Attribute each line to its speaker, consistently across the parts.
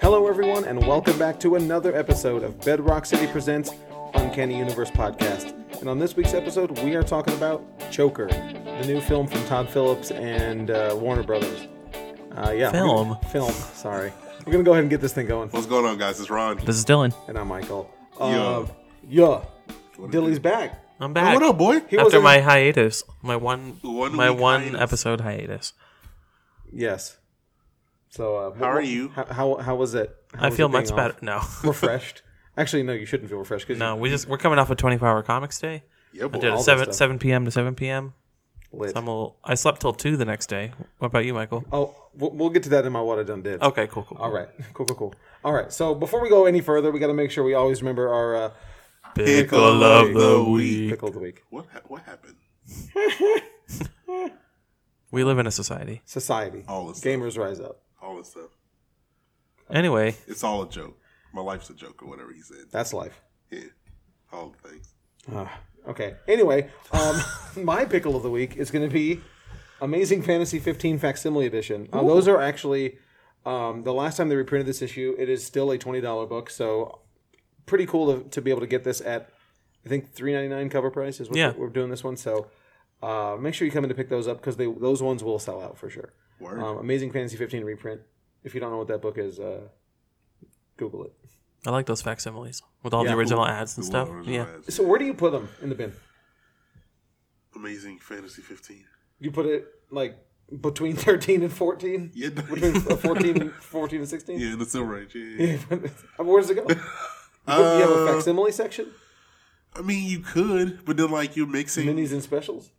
Speaker 1: Hello, everyone, and welcome back to another episode of Bedrock City Presents Uncanny Universe Podcast. And on this week's episode, we are talking about Choker, the new film from Todd Phillips and uh, Warner Brothers. Uh, yeah, we're
Speaker 2: Film?
Speaker 1: gonna- film. Sorry, we're gonna go ahead and get this thing going.
Speaker 3: What's going on, guys? It's Ron.
Speaker 2: This is Dylan.
Speaker 1: And I'm Michael. Uh, yeah, Dilly's back.
Speaker 2: I'm back
Speaker 3: what up, boy?
Speaker 1: He
Speaker 2: after
Speaker 1: in-
Speaker 2: my hiatus, my one,
Speaker 3: One
Speaker 2: my
Speaker 3: week
Speaker 2: one
Speaker 3: hiatus.
Speaker 2: episode hiatus.
Speaker 1: yes. So uh,
Speaker 3: How are you?
Speaker 1: How how, how was it? How
Speaker 2: I
Speaker 1: was
Speaker 2: feel
Speaker 1: it being
Speaker 2: much
Speaker 1: off?
Speaker 2: better. No,
Speaker 1: Refreshed. Actually, no, you shouldn't feel refreshed because
Speaker 2: no, we just we're coming off a 24 hour comics day.
Speaker 3: Yeah,
Speaker 2: I
Speaker 3: boy.
Speaker 2: did
Speaker 1: all
Speaker 2: a
Speaker 1: that
Speaker 2: seven
Speaker 1: stuff.
Speaker 2: 7 p.m. to 7 p.m.
Speaker 1: you lit.
Speaker 2: So I'm a little, I slept till two the next day. What about you, Michael?
Speaker 1: Oh, we'll, we'll get to that in my what I done did.
Speaker 2: Okay, cool, cool. cool.
Speaker 1: All right, cool, cool, cool. All right, so before we go any further, we got to make sure we always remember our uh,
Speaker 3: Pickle of the week.
Speaker 1: pickle of the week
Speaker 3: What ha- what happened?
Speaker 2: We live in a society.
Speaker 1: society.
Speaker 3: All this stuff.
Speaker 1: Gamers rise up.
Speaker 3: All this stuff.
Speaker 2: Anyway,
Speaker 3: It's all a joke. My life's a joke, or whatever he said.
Speaker 1: That's life.
Speaker 3: Yeah. All the things.
Speaker 1: Ah, okay. Anyway, um, my pickle of the week is going to be Amazing Fantasy 15 Facsimile Edition. Uh, those are actually um, the last time they reprinted this issue. It is still a twenty dollar book, so pretty cool to, to be able to get this at I think three ninety nine cover price is what
Speaker 2: Yeah.
Speaker 1: we're doing this one. So uh, make sure you come in to pick those up because they those ones will sell out for sure.
Speaker 3: Word.
Speaker 1: Um, Amazing Fantasy 15 reprint. If you don't know what that book is, uh, Google it.
Speaker 2: I like those facsimiles with all
Speaker 1: Yeah.
Speaker 2: the original ads and
Speaker 3: The
Speaker 2: stuff.
Speaker 3: world is
Speaker 2: Yeah,
Speaker 3: rising.
Speaker 1: So where do you put them in the bin?
Speaker 3: Amazing Fantasy 15.
Speaker 1: You put it like between 13 and 14?
Speaker 3: Yeah, no.
Speaker 1: Between uh, 14, and- 14 and 16?
Speaker 3: Yeah, in the Silver Age. Yeah.
Speaker 1: Yeah. Where does it go? You put- you have a
Speaker 3: Uh,
Speaker 1: facsimile section?
Speaker 3: I mean, you could, but then like you're mixing.
Speaker 1: Minis and specials?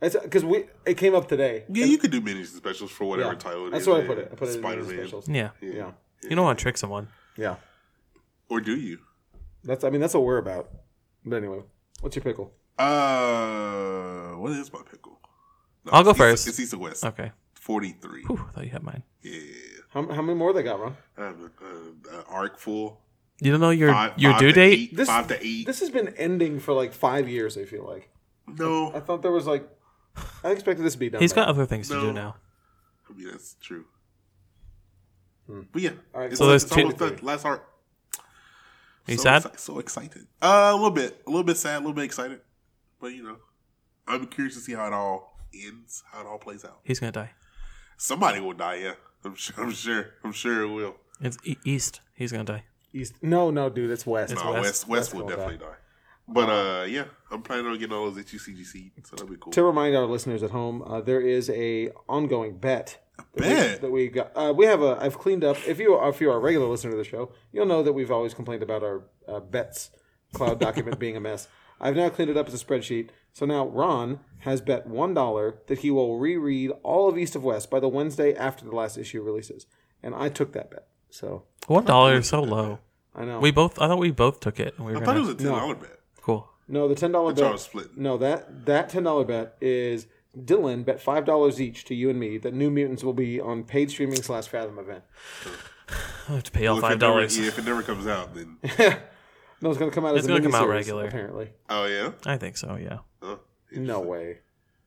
Speaker 1: Because we it came up today.
Speaker 3: yeah, you could do minis and specials for whatever
Speaker 1: Yeah.
Speaker 3: title it
Speaker 1: That's
Speaker 3: is,
Speaker 1: where I
Speaker 3: yeah.
Speaker 1: put it. I put it in minis and
Speaker 3: Spider-Man.
Speaker 1: specials.
Speaker 2: yeah.
Speaker 1: Yeah.
Speaker 2: You don't want to trick someone.
Speaker 1: Yeah.
Speaker 3: Or do you?
Speaker 1: That's, I mean, that's what we're about. But anyway, what's your pickle?
Speaker 3: Uh, what is my pickle? No,
Speaker 2: I'll go
Speaker 3: it's Issa-
Speaker 2: first.
Speaker 3: It's East West.
Speaker 2: Okay.
Speaker 3: 43.
Speaker 2: Whew, I thought you had mine.
Speaker 3: Yeah.
Speaker 1: How, how many more they got, Ron?
Speaker 3: um, uh, uh, arc full.
Speaker 2: You don't know your
Speaker 3: Five,
Speaker 2: your
Speaker 3: five
Speaker 2: due
Speaker 3: to
Speaker 2: date.
Speaker 3: eight,
Speaker 1: This-
Speaker 3: five to eight.
Speaker 1: This has been ending for like five years, I feel like. I
Speaker 3: no,
Speaker 1: thought there was like. I expected this to be done.
Speaker 2: He's
Speaker 1: by
Speaker 2: got other things to
Speaker 3: No.
Speaker 2: do now.
Speaker 3: I mean that's true. But yeah,
Speaker 1: Hmm. All right,
Speaker 3: it's,
Speaker 1: so
Speaker 2: there's
Speaker 3: it's
Speaker 2: two-
Speaker 3: almost done. Last arc.
Speaker 2: Are you
Speaker 3: so
Speaker 2: sad?
Speaker 3: exci- so excited. Uh, a little bit, a little bit sad, a little bit excited. But you know, I'm curious to see how it all ends, how it all plays out.
Speaker 2: He's gonna die.
Speaker 3: Somebody will die. Yeah, I'm sure. I'm sure. I'm sure it will.
Speaker 2: It's e- east. He's gonna die.
Speaker 1: East. No, no, dude, it's West.
Speaker 2: It's
Speaker 3: Nah,
Speaker 2: West-
Speaker 3: West, West, will
Speaker 1: gonna
Speaker 3: definitely die. But uh, yeah, I'm planning on getting all those at UCGC, so that'll be cool.
Speaker 1: To remind our listeners at home, uh, there is a ongoing bet
Speaker 3: Bet.
Speaker 1: that we got. Uh, we have a. I've cleaned up. If you are, if you are a regular listener to the show, you'll know that we've always complained about our uh, bets cloud document being a mess. I've now cleaned it up as a spreadsheet. So now Ron has bet one dollar that he will reread all of East of West by the Wednesday after the last issue releases, and I took that bet. So
Speaker 2: One dollar is so low.
Speaker 1: I know
Speaker 2: We both. I thought we both took it. and We were
Speaker 3: I thought it
Speaker 2: gonna,
Speaker 3: was a ten dollar bet.
Speaker 2: cool.
Speaker 1: No, the ten dollar
Speaker 3: That's how I
Speaker 1: bet.
Speaker 3: was splitting.
Speaker 1: No, that that ten dollar bet is Dylan bet five dollars each to you and me that New Mutants will be on paid streaming slash Fathom event.
Speaker 2: I have to pay all
Speaker 3: Well, if
Speaker 2: five
Speaker 3: it never-
Speaker 2: dollars.
Speaker 3: Yeah, if it never comes out, then
Speaker 1: No, it's gonna come out
Speaker 2: It's
Speaker 1: as a
Speaker 2: gonna come out
Speaker 1: miniseries,
Speaker 2: regular.
Speaker 1: Apparently,
Speaker 3: oh yeah, Oh,
Speaker 2: I think so. Yeah.
Speaker 3: huh?
Speaker 1: no way.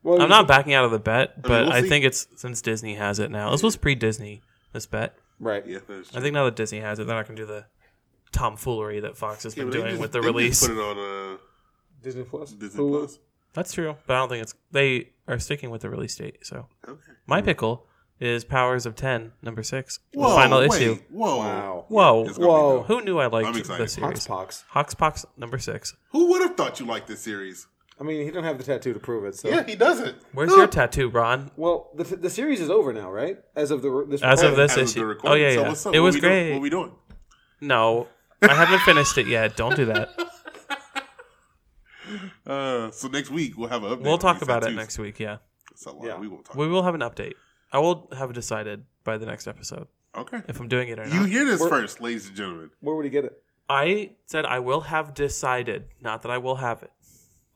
Speaker 3: Oh,
Speaker 1: Well,
Speaker 2: I'm not backing out of the bet, but I,
Speaker 3: we'll see.
Speaker 2: think it's since Disney has it now. This was pre-Disney. This bet.
Speaker 1: right.
Speaker 3: Yeah, that's
Speaker 2: I
Speaker 3: true.
Speaker 2: think now that Disney has it, they're not gonna do the tomfoolery that Fox has
Speaker 3: Yeah,
Speaker 2: been
Speaker 3: but they
Speaker 2: doing
Speaker 3: just-
Speaker 2: with the
Speaker 3: they just
Speaker 2: release.
Speaker 3: Put it on uh,
Speaker 1: Disney Plus.
Speaker 3: Disney
Speaker 1: Hulu.
Speaker 3: Plus.
Speaker 2: That's true, but I don't think it's. They are sticking with the release date. So
Speaker 3: Okay.
Speaker 2: my pickle is Powers of Ten, number six, the final
Speaker 3: wait,
Speaker 2: issue.
Speaker 3: Whoa,
Speaker 1: Wow.
Speaker 2: Whoa,
Speaker 3: It's gonna be
Speaker 1: Whoa.
Speaker 3: dope.
Speaker 2: who knew I liked
Speaker 3: I'm
Speaker 2: this
Speaker 3: excited.
Speaker 2: series?
Speaker 1: Hoxpox.
Speaker 2: Hoxpox number six.
Speaker 3: Who would have thought you liked this series?
Speaker 1: I mean, he don't have the tattoo to prove it. So
Speaker 3: Yeah, he doesn't.
Speaker 2: Where's
Speaker 3: Huh.
Speaker 2: your tattoo, Ron?
Speaker 1: well, the, the series is over now, right? As of the this
Speaker 2: As of
Speaker 1: recording.
Speaker 2: this
Speaker 3: As of
Speaker 2: issue.
Speaker 3: the
Speaker 2: Oh,
Speaker 3: recording.
Speaker 2: yeah,
Speaker 3: So
Speaker 2: yeah.
Speaker 3: what's up?
Speaker 2: It
Speaker 3: What
Speaker 2: was
Speaker 3: we doing-
Speaker 2: great.
Speaker 3: What we doing?
Speaker 2: No, I haven't finished it yet. Don't do that.
Speaker 3: Uh, so next week we'll have an update.
Speaker 2: We'll
Speaker 3: on
Speaker 2: talk
Speaker 3: these
Speaker 2: about it
Speaker 3: tattoos.
Speaker 2: next week. Yeah,
Speaker 3: That's a lot.
Speaker 1: Yeah.
Speaker 3: We will talk.
Speaker 2: we will have an update. I will have decided by the next episode
Speaker 3: Okay.
Speaker 2: if I'm doing it or not.
Speaker 3: You hear this
Speaker 1: We're-
Speaker 3: first, ladies and gentlemen.
Speaker 1: Where would he get it?
Speaker 2: I said I will have decided, not that I will have it.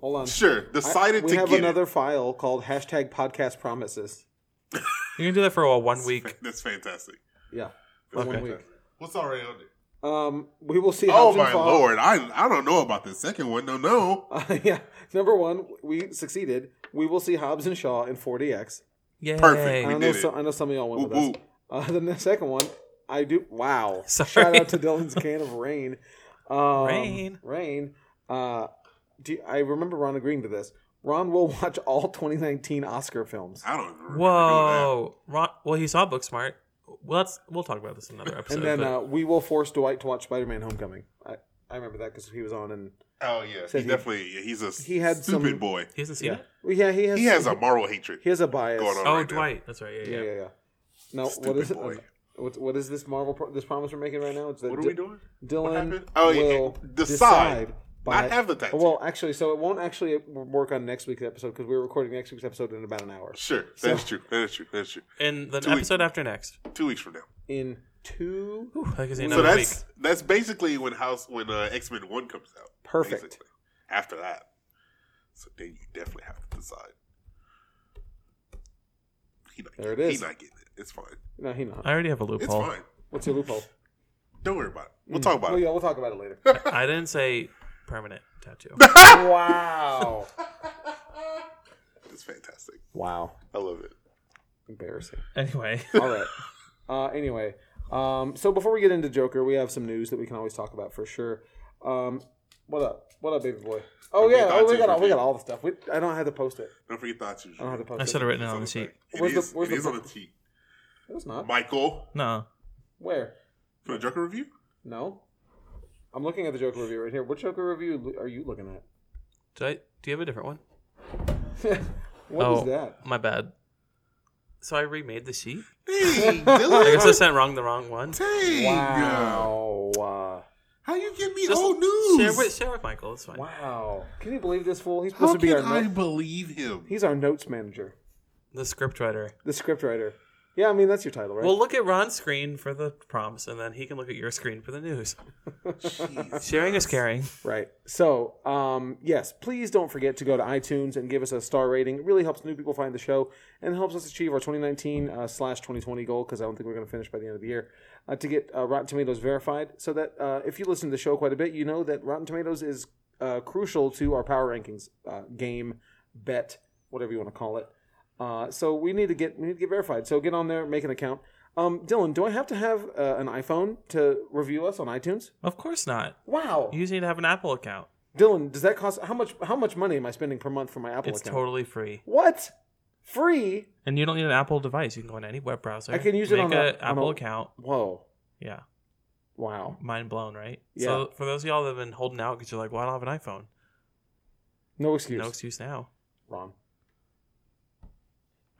Speaker 1: Hold on.
Speaker 3: Sure,
Speaker 1: I-
Speaker 3: decided
Speaker 1: we
Speaker 3: to
Speaker 1: have
Speaker 3: get
Speaker 1: another file called hashtag podcast promises.
Speaker 2: You can do that for a one
Speaker 3: it.
Speaker 2: week.
Speaker 3: That's fantastic.
Speaker 1: Yeah, for one
Speaker 2: Okay.
Speaker 1: week.
Speaker 3: What's already on it?
Speaker 1: Um, we will see.
Speaker 3: Oh
Speaker 1: Hobbs and
Speaker 3: my
Speaker 1: Shaw.
Speaker 3: lord! I I don't know about the second one. No, no.
Speaker 1: Uh, yeah. Number one, we succeeded. We will see Hobbs and Shaw in 40x.
Speaker 2: Yay.
Speaker 3: Perfect.
Speaker 1: I
Speaker 3: We
Speaker 1: know.
Speaker 3: did
Speaker 1: so-
Speaker 3: it.
Speaker 1: I know some of y'all went
Speaker 3: Whoop,
Speaker 1: with us.
Speaker 3: whoop.
Speaker 1: Uh, the ne- second one, I do. Wow.
Speaker 2: Sorry.
Speaker 1: Shout out to Dylan's can of rain. Um,
Speaker 2: Rain.
Speaker 1: Rain. Uh, do you- I remember Ron agreeing to this. Ron will watch all 2019 Oscar films.
Speaker 3: I don't. remember doing
Speaker 2: Whoa, Ron. Well, he saw Booksmart. Well, that's we'll talk about this in another episode.
Speaker 1: And then
Speaker 2: but-
Speaker 1: uh, we will force Dwight to watch Spider Man Homecoming. I, I remember that because he was on and
Speaker 3: that. Oh yeah,
Speaker 1: Said
Speaker 3: he,
Speaker 1: he-
Speaker 3: definitely. Yeah, he's a
Speaker 1: he had
Speaker 3: stupid
Speaker 1: some-
Speaker 3: boy.
Speaker 2: he hasn't seen
Speaker 1: yeah,
Speaker 2: it.
Speaker 1: Well, yeah, he has
Speaker 3: He has a moral hatred.
Speaker 1: he has a bias.
Speaker 3: Going on.
Speaker 2: Oh,
Speaker 3: right now.
Speaker 2: Dwight. That's right. Yeah,
Speaker 1: Yeah,
Speaker 2: yeah.
Speaker 1: yeah, yeah. Now what
Speaker 3: Stupid
Speaker 1: is it?
Speaker 3: boy.
Speaker 1: What, what is this Marvel pro- this promise we're making right now? It's that
Speaker 3: What are
Speaker 1: Dy-
Speaker 3: we doing? What
Speaker 1: Dylan
Speaker 3: happened? Oh, yeah,
Speaker 1: will
Speaker 3: yeah.
Speaker 1: decide.
Speaker 3: Decide. Not have the time.
Speaker 1: Well, actually, so it won't actually work on next week's episode because we're recording next week's episode in about an hour.
Speaker 3: sure, that's true. That's true. That's true.
Speaker 2: And the
Speaker 3: Two weeks.
Speaker 2: episode after next.
Speaker 3: Two weeks from now.
Speaker 1: In two,
Speaker 2: Ooh, I can see
Speaker 3: so
Speaker 2: another week.
Speaker 3: that's that's basically when House when uh, X Men One comes out.
Speaker 1: Perfect.
Speaker 3: basically, After that, so then you definitely have to decide. He not
Speaker 1: There it
Speaker 3: getting-
Speaker 1: is.
Speaker 3: He not getting it. It's fine.
Speaker 1: no, he not.
Speaker 2: I already have a
Speaker 3: It's
Speaker 2: loophole.
Speaker 3: fine.
Speaker 1: What's your loophole?
Speaker 3: Don't worry about it. We'll talk about
Speaker 1: Oh
Speaker 3: it.
Speaker 1: yeah, we'll talk about it later.
Speaker 2: I didn't say permanent tattoo.
Speaker 1: wow,
Speaker 3: It's fantastic.
Speaker 1: wow,
Speaker 3: I love it.
Speaker 1: embarrassing.
Speaker 2: anyway,
Speaker 1: All right. Uh, anyway, um, so before we get into Joker, we have some news that we can always talk about for sure. Um, what up? What up, baby boy? Oh
Speaker 3: Okay,
Speaker 1: yeah. Oh, we
Speaker 3: gotcha,
Speaker 1: got all, we
Speaker 3: okay.
Speaker 1: got all the stuff. We, I don't have to post it.
Speaker 3: Don't forget thoughts.
Speaker 1: I don't have to post
Speaker 2: I
Speaker 1: it.
Speaker 2: should have written it on the sheet.
Speaker 3: It
Speaker 1: Where's the-
Speaker 3: is-
Speaker 1: where's
Speaker 3: it
Speaker 1: the
Speaker 3: is on
Speaker 1: book?
Speaker 3: the sheet.
Speaker 1: It was not.
Speaker 3: Michael
Speaker 2: no.
Speaker 1: Where?
Speaker 3: for the Joker review.
Speaker 1: No. I'm looking at the Joker review right here. What Joker review lo- are you looking at?
Speaker 2: Did I? Do you have a different one?
Speaker 1: What
Speaker 2: oh,
Speaker 1: is that?
Speaker 2: My bad. So I remade the sheet.
Speaker 3: Dang,
Speaker 2: I guess I
Speaker 3: Dylan.
Speaker 2: sent wrong the wrong one.
Speaker 3: Dang.
Speaker 1: Wow. Uh,
Speaker 3: How you give me
Speaker 1: Oh,
Speaker 2: Just
Speaker 3: old news?
Speaker 2: Share with, share with Michael. It's fine.
Speaker 1: wow. Can you believe this fool? He's supposed
Speaker 3: How
Speaker 1: to be
Speaker 3: can
Speaker 1: our
Speaker 3: I
Speaker 1: no-
Speaker 3: believe him?
Speaker 1: he's our notes manager,
Speaker 2: The scriptwriter.
Speaker 1: the scriptwriter. Yeah, I mean that's your title, right?
Speaker 2: Well, look at Ron's screen for the prompts, and then he can look at your screen for the news.
Speaker 3: Jeez.
Speaker 2: Sharing is caring.
Speaker 1: Right. So, um, yes, please don't forget to go to iTunes and give us a star rating. It really helps new people find the show and helps us achieve our 2019 uh, slash 2020 goal because I don't think we're going to finish by the end of the year uh, to get uh, Rotten Tomatoes verified. So that uh, if you listen to the show quite a bit, you know that Rotten Tomatoes is uh, crucial to our power rankings uh, game bet, whatever you want to call it. Uh, so we need to get we need to get verified. So get on there, make an account. Um, Dylan, do I have to have uh, an iPhone to review us on iTunes?
Speaker 2: Of course not.
Speaker 1: Wow.
Speaker 2: You just need to have an Apple account.
Speaker 1: Dylan, does that cost how much? How much money am I spending per month for my Apple
Speaker 2: It's
Speaker 1: account?
Speaker 2: totally free,
Speaker 1: what? Free?
Speaker 2: and you don't need an Apple device. You can go on any web browser.
Speaker 1: I can use it
Speaker 2: make
Speaker 1: on
Speaker 2: an
Speaker 1: a- on
Speaker 2: Apple
Speaker 1: a-
Speaker 2: account.
Speaker 1: Whoa!
Speaker 2: Yeah,
Speaker 1: Wow!
Speaker 2: mind blown, right?
Speaker 1: Yeah.
Speaker 2: So for those of y'all that have been holding out because you're like, "Well, I don't have an iPhone,"
Speaker 1: No excuse.
Speaker 2: no excuse now.
Speaker 1: Wrong.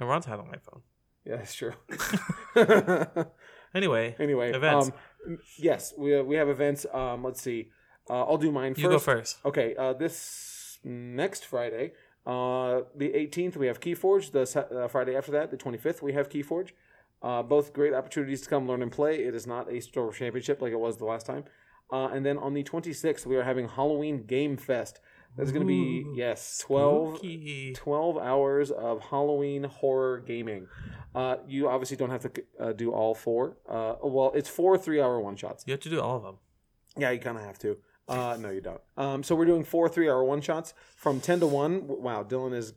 Speaker 2: And Ron's had an iPhone.
Speaker 1: Yeah, that's true.
Speaker 2: Anyway,
Speaker 1: anyway,
Speaker 2: Events.
Speaker 1: Um, yes, we have, we have events. Um, let's see. Uh, I'll do mine first.
Speaker 2: you go first.
Speaker 1: Okay, uh, this next Friday, uh, the 18th, we have Keyforge. The Sa- uh, Friday after that, the 25th, we have Keyforge. Uh, both great opportunities to come learn and play. It is not a store championship like it was the last time. Uh, and then on the 26th, we are having Halloween Game Fest. That's going to be,
Speaker 2: Ooh,
Speaker 1: yes, 12,
Speaker 2: Spooky.
Speaker 1: 12 hours of Halloween horror gaming. Uh, you obviously don't have to uh, do all four. Uh, well, it's four three hour one shots.
Speaker 2: You have to do all of them.
Speaker 1: Yeah, you kind of have to. Uh, no, you don't. Um, so we're doing four three-hour one shots from ten to one. W- Wow, Dylan is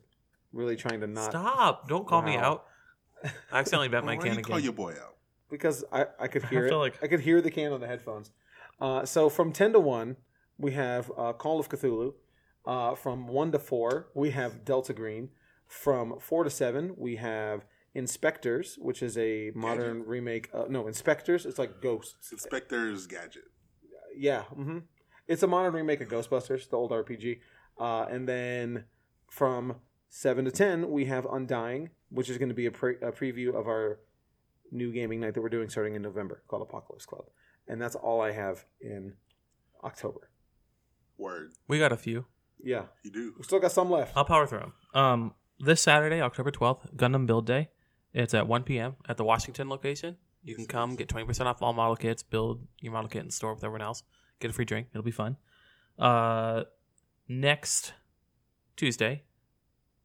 Speaker 1: really trying to not
Speaker 2: Stop! Don't call me
Speaker 1: Wow.
Speaker 2: out. I accidentally bent my
Speaker 3: Why
Speaker 2: can
Speaker 3: you call
Speaker 2: again.
Speaker 3: your boy out?
Speaker 1: because I, I could
Speaker 2: I
Speaker 1: hear it.
Speaker 2: feel like-
Speaker 1: I could hear the can on the headphones. Uh, so from ten to one, we have uh, Call of Cthulhu. Uh, from one to four, we have Delta Green. From four to seven, we have Inspectors, which is a modern remake. Uh, no, Inspectors. It's like ghosts.
Speaker 3: Inspector's gadget.
Speaker 1: Yeah, hmm it's a modern remake of Ghostbusters, the old RPG. Uh, and then from seven to ten, we have Undying, which is going to be a, pre- a preview of our new gaming night that we're doing starting in November, called Apocalypse Club. And that's all I have in October.
Speaker 3: Word.
Speaker 2: We got a few.
Speaker 1: Yeah,
Speaker 3: You do.
Speaker 1: we still got some left.
Speaker 2: I'll power through them. Um, this Saturday, October 12th, Gundam Build Day. It's at 1 p.m. at the Washington location. You can come get 20% off all model kits, build your model kit and store with everyone else, get a free drink. It'll be fun. Uh, next Tuesday,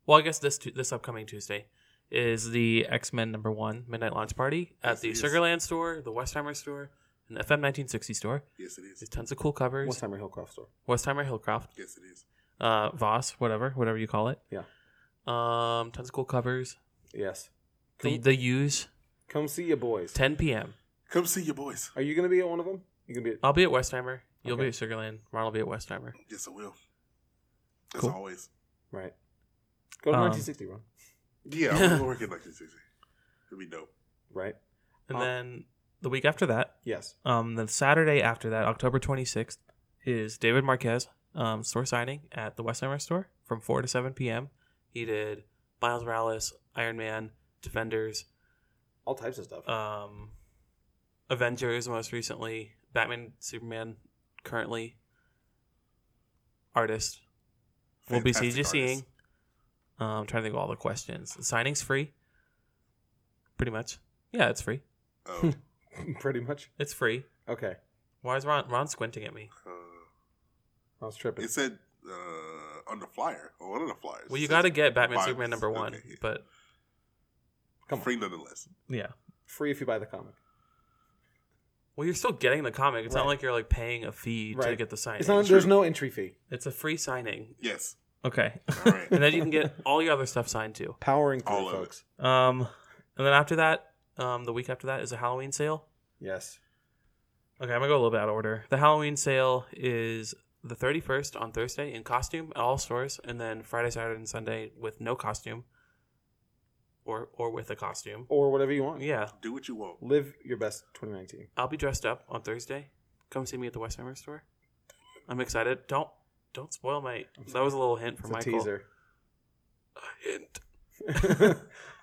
Speaker 2: well, I guess this tu- this upcoming Tuesday is the X Men number one midnight launch party at
Speaker 3: Yes,
Speaker 2: the
Speaker 3: it is.
Speaker 2: Sugarland store, the Westheimer store, and the FM 1960 store.
Speaker 3: Yes, it is.
Speaker 2: There's tons of cool covers.
Speaker 1: One timer Hillcroft store.
Speaker 2: Westheimer Hillcroft
Speaker 3: Yes, it is.
Speaker 2: uh Voss, whatever, whatever you call it.
Speaker 1: Yeah.
Speaker 2: Um, tons of cool covers.
Speaker 1: Yes,
Speaker 2: The
Speaker 1: Cool.
Speaker 2: the use
Speaker 1: come see your boys.
Speaker 2: 10 p.m.
Speaker 3: Come see your boys.
Speaker 1: Are you going to be at one of them? You going to be at
Speaker 2: I'll be at Westheimer. You'll
Speaker 1: Okay.
Speaker 2: be at Sugarland. Ron will be at Westheimer.
Speaker 3: Yes, I will. As
Speaker 2: Cool.
Speaker 3: always.
Speaker 1: right. Go to
Speaker 2: Um,
Speaker 1: 1960, Ron.
Speaker 3: Yeah, we'll work in 1960. It'd be dope.
Speaker 1: Right.
Speaker 2: And
Speaker 1: Uh,
Speaker 2: then the week after that,
Speaker 1: Yes.
Speaker 2: Um, the Saturday after that, October 26th, is David Marquez um, store signing at the Westheimer store from 4 to 7 p.m. He did Miles Morales, Iron Man, Defenders,
Speaker 1: All types of stuff.
Speaker 2: um, Avengers most recently, Batman, Superman currently, artist. We'll be
Speaker 3: Fantastic
Speaker 2: CGCing.
Speaker 3: artist.
Speaker 2: Um, trying to think of all the questions. The signing's free. Pretty much. Yeah, it's free.
Speaker 3: Oh,
Speaker 1: Pretty much.
Speaker 2: It's free.
Speaker 1: Okay.
Speaker 2: Why is Ron, Ron squinting at me?
Speaker 3: uh,
Speaker 1: I was tripping.
Speaker 3: it said uh, on the flyer, or one of the flyers.
Speaker 2: Well,
Speaker 3: it
Speaker 2: you
Speaker 3: says
Speaker 2: got to get Batman
Speaker 3: Miles.
Speaker 2: Superman number one,
Speaker 3: Okay, yeah.
Speaker 2: but
Speaker 1: Come on.
Speaker 3: free nonetheless.
Speaker 2: yeah.
Speaker 1: Free if you buy the comic.
Speaker 2: Well, you're still getting the comic. It's not
Speaker 1: Right.
Speaker 2: like you're like paying a fee to
Speaker 1: Right.
Speaker 2: get the signing.
Speaker 1: It's
Speaker 2: It's,
Speaker 1: not,
Speaker 3: True.
Speaker 1: there's no entry fee.
Speaker 2: a free signing.
Speaker 3: Yes.
Speaker 2: Okay,
Speaker 3: All right.
Speaker 2: and then you can get all your other stuff signed too.
Speaker 1: Powering through,
Speaker 3: All of it.
Speaker 1: folks.
Speaker 2: Um, and then after that, um, the week after that is a Halloween sale.
Speaker 1: Yes.
Speaker 2: Okay, I'm gonna go a little bit out of order. The Halloween sale is the 31st on Thursday in costume at all stores, and then Friday, Saturday, and Sunday with no costume, or or with a costume.
Speaker 1: Or whatever you want.
Speaker 2: Yeah,
Speaker 3: Do what you want.
Speaker 1: Live your best 2019.
Speaker 2: I'll be dressed up on Thursday. Come see me at the Westheimer store. I'm excited. Don't don't spoil my. That was a little hint for
Speaker 1: It's a
Speaker 2: Michael.
Speaker 1: teaser.
Speaker 2: Hint.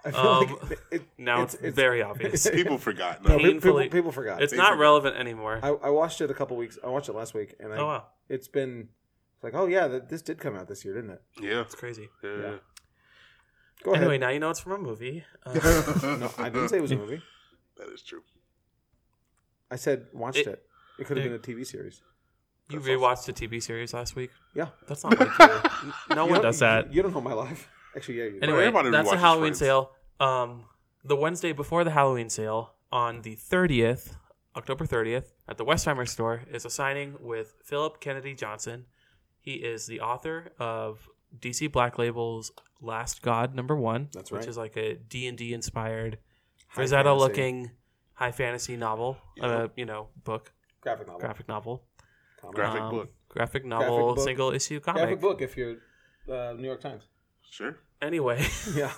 Speaker 1: I feel
Speaker 2: Um,
Speaker 1: like it,
Speaker 2: Now it's, very obvious.
Speaker 3: People forgot.
Speaker 1: no,
Speaker 3: No,
Speaker 1: pe-
Speaker 2: painfully-
Speaker 1: people, people forgot.
Speaker 2: It's
Speaker 3: Basically.
Speaker 2: not relevant anymore.
Speaker 1: I, I watched it a couple weeks. I watched it last week, and I,
Speaker 2: oh wow,
Speaker 1: it's been it's like, oh yeah, th- this did come out this year, didn't it?
Speaker 3: yeah.
Speaker 2: that's crazy.
Speaker 1: Yeah.
Speaker 3: yeah.
Speaker 1: Go ahead.
Speaker 2: Anyway, now you know it's from a movie. Uh,
Speaker 1: no, I didn't say it was a movie.
Speaker 3: that is true.
Speaker 1: I said watched it.
Speaker 2: It-
Speaker 1: It, could have
Speaker 2: it-
Speaker 1: been a TV series.
Speaker 2: you
Speaker 3: That's awesome.
Speaker 2: rewatched a TV series last week.
Speaker 1: Yeah.
Speaker 2: That's not like you. N- No
Speaker 1: You
Speaker 2: one
Speaker 1: don't-
Speaker 2: does that.
Speaker 1: You don't know my life. Actually, yeah. You do.
Speaker 2: Anyway,
Speaker 3: everybody
Speaker 2: that's
Speaker 3: rewatches
Speaker 2: the Halloween
Speaker 3: Friends.
Speaker 2: sale. Um, the Wednesday before the Halloween sale on the 30th, October 30th, at the Westheimer store is a signing with Philip Kennedy Johnson. He is the author of DC Black Label's Last God Number One,
Speaker 1: That's
Speaker 2: which
Speaker 1: right.
Speaker 2: is like a D and D inspired,
Speaker 1: High
Speaker 2: Rosetta
Speaker 1: fantasy.
Speaker 2: looking high fantasy novel, uh, you know, book,
Speaker 1: graphic novel.
Speaker 2: graphic novel,
Speaker 1: comic.
Speaker 3: Graphic book.
Speaker 2: Um, graphic novel,
Speaker 1: book.
Speaker 2: single issue comic.
Speaker 1: graphic book. If you're uh, New York Times.
Speaker 3: Sure.
Speaker 2: Anyway,
Speaker 1: Yeah.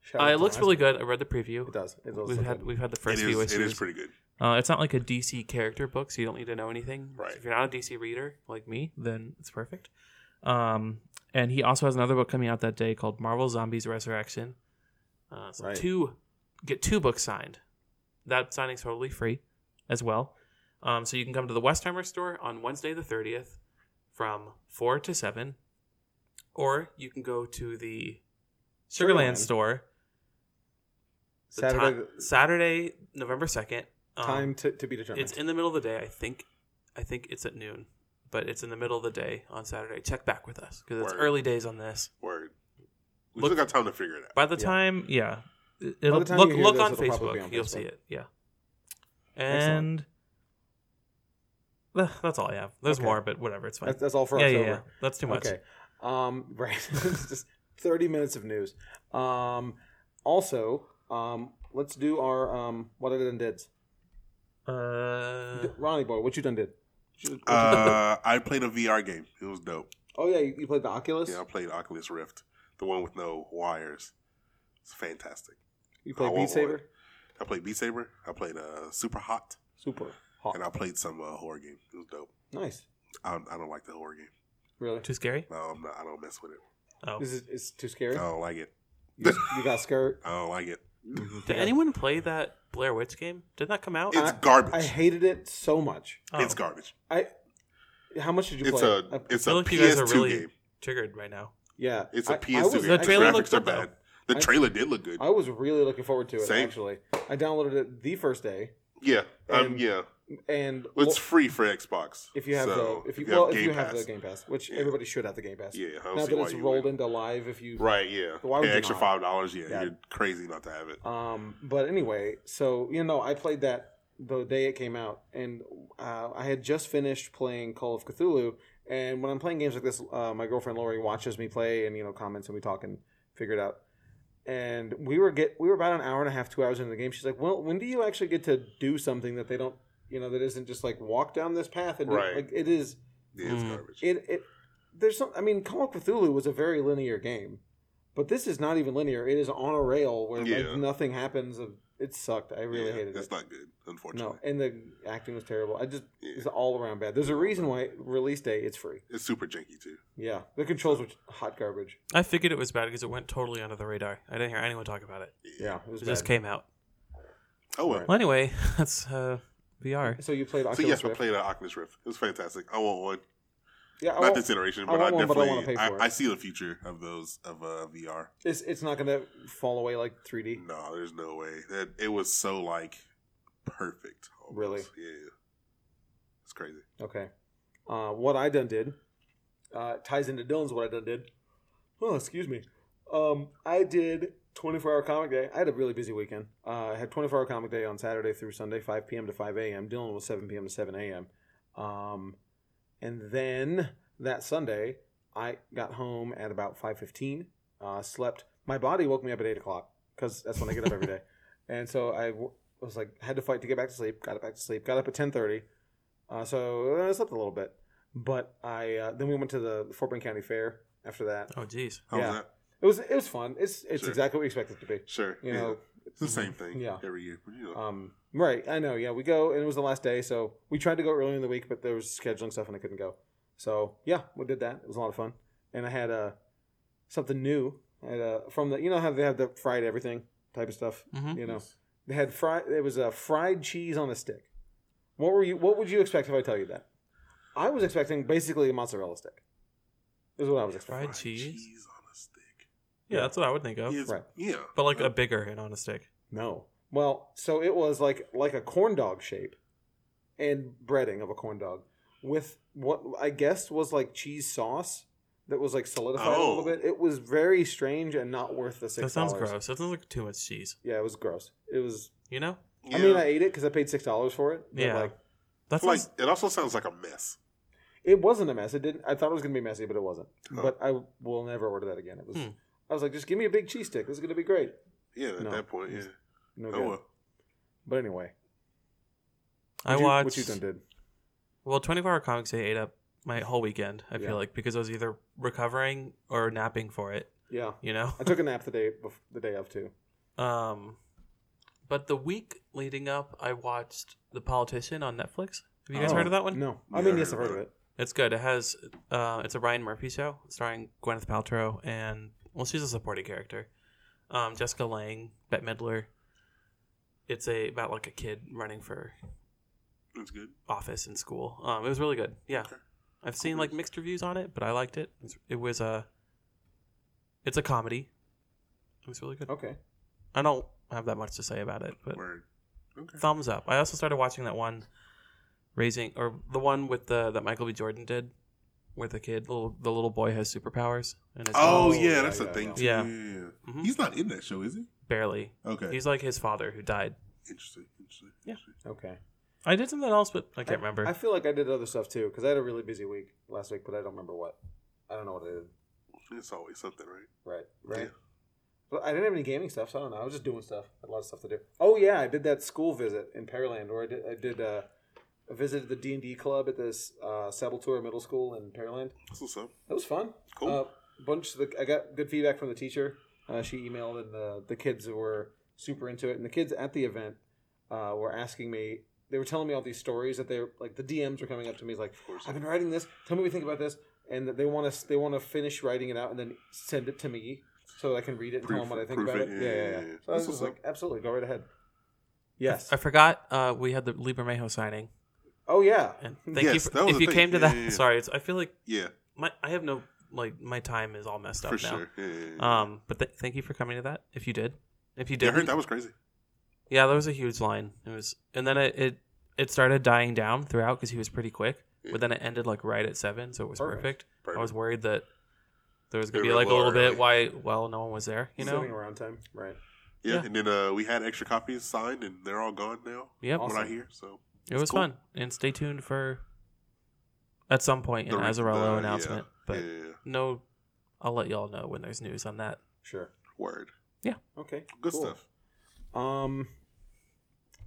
Speaker 1: Shout
Speaker 2: uh,
Speaker 1: out
Speaker 2: it
Speaker 1: to
Speaker 2: looks
Speaker 1: Last
Speaker 2: really
Speaker 1: Week.
Speaker 2: good. I read the preview.
Speaker 1: It does. It does.
Speaker 2: We've
Speaker 1: look
Speaker 2: had
Speaker 1: good.
Speaker 2: we've had the
Speaker 3: It
Speaker 2: first few
Speaker 3: is, it
Speaker 2: issues.
Speaker 3: is pretty good.
Speaker 2: Uh, it's not like a DC character book, so you don't need to know anything. So
Speaker 3: Right.
Speaker 2: if you're not a DC reader like me, then it's perfect. Um, and he also has another book coming out that day called Marvel Zombies Resurrection. Uh, so
Speaker 1: Right.
Speaker 2: two get two books signed. That signing's totally free as well. Um, so you can come to the Westheimer store on Wednesday the 30th from 4 to 7 or you can go to the Sugarland,
Speaker 1: Sugarland.
Speaker 2: store the ti-
Speaker 1: Saturday.
Speaker 2: Saturday November 2nd. um,
Speaker 1: time to, to be determined.
Speaker 2: it's in the middle of the day. I think, I think it's at noon, but it's in the middle of the day on Saturday. Check back with us because it's
Speaker 3: Word.
Speaker 2: early days on this.
Speaker 3: Word. We
Speaker 2: Look-
Speaker 3: still got time to figure it out.
Speaker 2: By the
Speaker 1: Yeah.
Speaker 2: time, yeah, it- it'll
Speaker 1: time
Speaker 2: look
Speaker 1: you hear
Speaker 2: look
Speaker 1: this,
Speaker 2: on
Speaker 1: it'll probably
Speaker 2: Facebook.
Speaker 1: be on
Speaker 2: You'll
Speaker 1: Facebook.
Speaker 2: see it. Yeah,
Speaker 1: Excellent.
Speaker 2: and Ugh, eh, that's all I have. There's
Speaker 1: Okay.
Speaker 2: more, but whatever. It's fine.
Speaker 1: that's, that's all for
Speaker 2: yeah,
Speaker 1: us.
Speaker 2: yeah,
Speaker 1: over.
Speaker 2: yeah. That's too much.
Speaker 1: Okay. Um, right. It's just 30 minutes of news. Um, also, um, let's do our um, what I done did.
Speaker 2: Uh,
Speaker 1: Ronnie boy, what you done did?
Speaker 3: Uh, I played a VR game. It was dope.
Speaker 1: Oh yeah, you, you played the Oculus.
Speaker 3: Yeah, I played Oculus Rift, the one with no wires. It's fantastic.
Speaker 1: You
Speaker 3: I
Speaker 1: played
Speaker 3: want
Speaker 1: Beat Saber.
Speaker 3: one. I played Beat Saber. I played uh, Super Hot,
Speaker 1: Super hot.
Speaker 3: and I played some uh, horror game. It was dope.
Speaker 1: Nice.
Speaker 3: I, I don't like the horror game.
Speaker 1: Really.
Speaker 2: too scary.
Speaker 3: No, I'm not, I don't mess with it.
Speaker 2: Oh,
Speaker 1: Is it, it's too scary.
Speaker 3: I don't like it.
Speaker 1: You, you got scared.
Speaker 3: I don't like it.
Speaker 2: did anyone play that Blair Witch game? Did that come out?
Speaker 3: It's
Speaker 1: Mm-hmm. I-
Speaker 3: garbage.
Speaker 1: I hated it so much.
Speaker 2: Oh,
Speaker 3: It's garbage.
Speaker 1: I. How much did you
Speaker 3: It's
Speaker 1: play?
Speaker 3: a
Speaker 1: I-
Speaker 3: it's
Speaker 2: I
Speaker 3: a
Speaker 2: feel like you guys are
Speaker 3: PS2
Speaker 2: really-
Speaker 3: game.
Speaker 2: triggered right now.
Speaker 1: yeah.
Speaker 3: It's
Speaker 1: a
Speaker 3: a PS2 game.
Speaker 2: The trailer
Speaker 3: graphics
Speaker 2: looked
Speaker 3: are
Speaker 2: good, though.
Speaker 3: bad. The
Speaker 1: I-
Speaker 3: trailer did look good.
Speaker 1: I was really looking forward to it.
Speaker 3: Same.
Speaker 1: Actually, I downloaded it the first day,
Speaker 3: yeah, um,
Speaker 1: and-
Speaker 3: yeah.
Speaker 1: and
Speaker 3: Well, it's
Speaker 1: well,
Speaker 3: free for Xbox.
Speaker 1: if you have
Speaker 3: so
Speaker 1: the if you, well
Speaker 3: have
Speaker 1: if
Speaker 3: Game
Speaker 1: you have
Speaker 3: Pass,
Speaker 1: the Game Pass, which
Speaker 3: Yeah.
Speaker 1: everybody should have the Game Pass.
Speaker 3: yeah, I don't
Speaker 1: now
Speaker 3: see
Speaker 1: that
Speaker 3: why
Speaker 1: it's
Speaker 3: you
Speaker 1: rolled
Speaker 3: wouldn't.
Speaker 1: into live if you
Speaker 3: Right, yeah.
Speaker 1: Why would
Speaker 3: Pay
Speaker 1: you
Speaker 3: extra
Speaker 1: not?
Speaker 3: five dollars, yeah,
Speaker 1: Yeah.
Speaker 3: You're crazy not to have it.
Speaker 1: um but anyway so you know i played that the day it came out and uh, i had just finished playing call of cthulhu and when i'm playing games like this uh, my girlfriend lori watches me play and you know comments and we talk and figure it out and we were get we were about an hour and a half, two hours into the game. She's like, "Well, when do you actually get to do something that they don't, you know, that isn't just like walk down this path and do it?"
Speaker 3: Right.
Speaker 1: like it is
Speaker 3: Yeah, it's
Speaker 2: Mm.
Speaker 3: garbage.
Speaker 1: it it there's some I mean, Call of Cthulhu was a very linear game, but this is not even linear. It is on a rail where
Speaker 3: Yeah.
Speaker 1: like nothing happens. Of it sucked. I really
Speaker 3: yeah,
Speaker 1: hated
Speaker 3: That's
Speaker 1: it.
Speaker 3: not good,
Speaker 1: No,
Speaker 3: unfortunately.
Speaker 1: and the acting was terrible. I just
Speaker 3: Yeah.
Speaker 1: it's all around bad. There's a reason why release day it's free.
Speaker 3: It's super janky too.
Speaker 1: Yeah, the controls were hot garbage.
Speaker 2: I figured it was bad because it went totally under the radar. I didn't hear anyone talk about it.
Speaker 1: Yeah, it was
Speaker 2: It just
Speaker 1: bad.
Speaker 2: came out.
Speaker 3: Oh well.
Speaker 1: Right.
Speaker 2: Well, anyway, that's uh, VR.
Speaker 1: So you played Oculus
Speaker 3: So yes, I
Speaker 1: Rift.
Speaker 3: played an Oculus Rift. It was fantastic. I want one.
Speaker 1: yeah, I
Speaker 3: Not
Speaker 1: won't-
Speaker 3: this iteration,
Speaker 1: I
Speaker 3: but I,
Speaker 1: want one, but I
Speaker 3: definitely.
Speaker 1: wanna pay
Speaker 3: I,
Speaker 1: for it.
Speaker 3: I see the future of those of uh, VR.
Speaker 1: it's it's not gonna fall away like 3D.
Speaker 3: No, there's no way. That it was so like perfect. almost.
Speaker 1: Really?
Speaker 3: Yeah. It's crazy.
Speaker 1: Okay. Uh, what I done did uh, ties into Dylan's what I done did. Oh, excuse me. Um, I did 24 hour comic day. I had a really busy weekend. Uh, I had 24 hour comic day on Saturday through Sunday, 5 p.m. to 5 a.m. Dylan was 7 p.m. to 7 a.m. Um, and then that Sunday, I got home at about 5:15. Uh, slept. My body woke me up at 8 o'clock because that's when I get up every day. And so I w- was like, had to fight to get back to sleep. Got back to sleep. Got up at 10:30. Uh, so I slept a little bit, but I uh, then we went to the Fort Bend County Fair after that.
Speaker 2: Oh, jeez.
Speaker 3: How
Speaker 1: Yeah.
Speaker 3: was that?
Speaker 1: It was it was fun. It's it's
Speaker 3: Sure.
Speaker 1: exactly what we expect it to be.
Speaker 3: Sure.
Speaker 1: You
Speaker 3: yeah.
Speaker 1: know, mm-hmm.
Speaker 3: it's the same thing.
Speaker 1: Yeah.
Speaker 3: Every year. But, you know,
Speaker 1: um, right? I know. Yeah, we go and it was the last day, so we tried to go earlier in the week, but there was scheduling stuff and I couldn't go. So yeah, we did that. It was a lot of fun, and I had uh, something new. I had, uh, from the you know how they have the fried everything type of stuff.
Speaker 2: Mhm.
Speaker 1: You know, they had fried. It was a fried cheese on a stick. What were you? What would you expect if I tell you that? I was expecting basically a mozzarella stick. Is what I was expecting.
Speaker 2: Fried cheese?
Speaker 3: on a stick.
Speaker 2: Yeah, that's what I would think of.
Speaker 3: Yeah. it's-
Speaker 1: Right.
Speaker 3: yeah.
Speaker 2: But like
Speaker 3: Uh,
Speaker 2: a bigger and on a stick.
Speaker 1: No. Well, so it was like like a corn dog shape, and breading of a corn dog with what I guess was like cheese sauce that was like solidified a
Speaker 3: Oh.
Speaker 1: little bit. It was very strange and not worth the
Speaker 2: That
Speaker 1: six.
Speaker 2: sounds gross. That sounds like too much cheese.
Speaker 1: Yeah, it was gross. It was.
Speaker 2: You know?
Speaker 1: I
Speaker 3: yeah.
Speaker 1: mean, I ate it because I paid six dollars for it. but,
Speaker 2: Yeah.
Speaker 1: Like,
Speaker 2: That's
Speaker 3: like
Speaker 2: like
Speaker 3: it also sounds like a mess.
Speaker 1: It wasn't a mess. It didn't. I thought it was gonna be messy, but it wasn't.
Speaker 3: Huh.
Speaker 1: But I will never order that again. It was.
Speaker 2: Hmm.
Speaker 1: I was like, just give me a big cheese stick. This is gonna be great.
Speaker 3: Yeah, at
Speaker 1: No.
Speaker 3: that point, yeah.
Speaker 1: No
Speaker 3: oh
Speaker 1: good.
Speaker 3: well.
Speaker 1: But anyway,
Speaker 2: I
Speaker 1: what you-
Speaker 2: watched
Speaker 1: what you done did.
Speaker 2: Well, 24 hour comics day ate up my whole weekend, I
Speaker 1: Yeah.
Speaker 2: feel like, because I was either recovering or napping for it,
Speaker 1: Yeah,
Speaker 2: you know?
Speaker 1: I took a nap the day bef- the day of too.
Speaker 2: Um, but the week leading up, I watched The Politician on Netflix. Have you guys
Speaker 1: Oh,
Speaker 2: heard of that one?
Speaker 1: No, I
Speaker 3: Yeah,
Speaker 1: mean
Speaker 3: I
Speaker 1: yes, I've
Speaker 3: heard
Speaker 1: heard of
Speaker 3: about
Speaker 1: it.
Speaker 2: It's good. It has, uh, it's a Ryan Murphy show starring Gwyneth Paltrow and, well, she's a supporting character. Um, Jessica Lange, Bette Midler. It's a about like a kid running for
Speaker 3: That's good.
Speaker 2: office in school. Um, it was really good. Yeah,
Speaker 3: Okay.
Speaker 2: I've seen like mixed reviews on it, but I liked it. It's, it was a, it's a comedy. It was really good.
Speaker 1: Okay.
Speaker 2: I don't have that much to say about it, but
Speaker 3: Word. Okay.
Speaker 2: thumbs up. I also started watching that one, raising or the one with the that Michael B. Jordan did, where the kid, little, the little boy has superpowers, and it's
Speaker 3: Oh,
Speaker 1: Oh,
Speaker 3: yeah,
Speaker 1: yeah,
Speaker 3: that's a
Speaker 1: yeah,
Speaker 3: thing
Speaker 1: yeah.
Speaker 3: too.
Speaker 2: Yeah. Mhm.
Speaker 3: He's not in that show, is he?
Speaker 2: barely.
Speaker 3: Okay.
Speaker 2: He's like his father who died.
Speaker 3: interesting. Interesting.
Speaker 2: Yeah.
Speaker 3: interesting.
Speaker 1: Okay.
Speaker 2: I did something else, but I can't remember.
Speaker 1: I feel like I did other stuff too because I had a really busy week last week, but I don't remember what. I don't know what I did.
Speaker 3: It's always something, right?
Speaker 1: Right. Right.
Speaker 3: Yeah.
Speaker 1: But I didn't have any gaming stuff, so I don't know. I was just doing stuff. I had a lot of stuff to do. Oh yeah, I did that school visit in Pearland, where I did, I did uh, I visited the D and D club at this uh, Saboteur Middle School in Pearland.
Speaker 3: That's what's up.
Speaker 1: That was fun.
Speaker 3: Cool.
Speaker 1: Uh, bunch of the, I got good feedback from the teacher. Uh, she emailed, and the the kids were super into it. And the kids at the event uh, were asking me. They were telling me all these stories that they were like the DMs were coming up to me like,
Speaker 3: course.
Speaker 1: I've been writing this. Tell me what you think about this. And that they want to they want to finish writing it out and then send it to me so that I can read it and tell
Speaker 3: Proof-
Speaker 1: them what I think
Speaker 3: proof
Speaker 1: about
Speaker 3: it.
Speaker 1: it. Yeah, yeah, yeah. So I
Speaker 3: That's
Speaker 1: was just
Speaker 3: what's
Speaker 1: like, absolutely, go right ahead. Yes.
Speaker 2: I forgot uh, we had the Libra Mayho signing,
Speaker 1: Oh yeah.
Speaker 2: and thank you.
Speaker 3: Yes,
Speaker 2: For,
Speaker 3: that was
Speaker 2: if
Speaker 3: the
Speaker 2: you
Speaker 3: thing.
Speaker 2: came to
Speaker 3: Yeah,
Speaker 2: that,
Speaker 3: yeah, yeah.
Speaker 2: sorry, it's, I feel like
Speaker 3: Yeah,
Speaker 2: my I have no like my time is all messed up
Speaker 3: for
Speaker 2: now.
Speaker 3: sure. Yeah, yeah, yeah.
Speaker 2: Um, but th- thank you for coming to that. If you did, if you
Speaker 3: Yeah, I
Speaker 2: did,
Speaker 3: heard that was crazy.
Speaker 2: yeah, that was a huge line. It was, and then it it, it started dying down throughout because he was pretty quick. But then it ended like right at seven, so it was
Speaker 1: Perfect.
Speaker 2: perfect. I
Speaker 3: Perfect.
Speaker 2: was worried that there was gonna
Speaker 3: They
Speaker 2: be
Speaker 3: were
Speaker 2: like a little
Speaker 3: lower,
Speaker 2: bit why well no one was there, you
Speaker 1: Sitting
Speaker 2: know.
Speaker 1: around time. Right.
Speaker 3: yeah.
Speaker 2: yeah.
Speaker 3: and then uh, we had extra copies signed, and they're all gone now.
Speaker 2: Yep,
Speaker 1: Awesome.
Speaker 3: What I hear, so
Speaker 2: it was
Speaker 3: cool.
Speaker 2: fun. And stay tuned for at some point an
Speaker 3: The re-
Speaker 2: Azarello
Speaker 3: the-
Speaker 2: announcement,
Speaker 3: yeah,
Speaker 2: but
Speaker 3: yeah, yeah.
Speaker 2: no, I'll let y'all know when there's news on that.
Speaker 1: Sure.
Speaker 3: word.
Speaker 2: Yeah.
Speaker 1: Okay.
Speaker 3: Good
Speaker 1: cool.
Speaker 3: stuff.
Speaker 1: Um,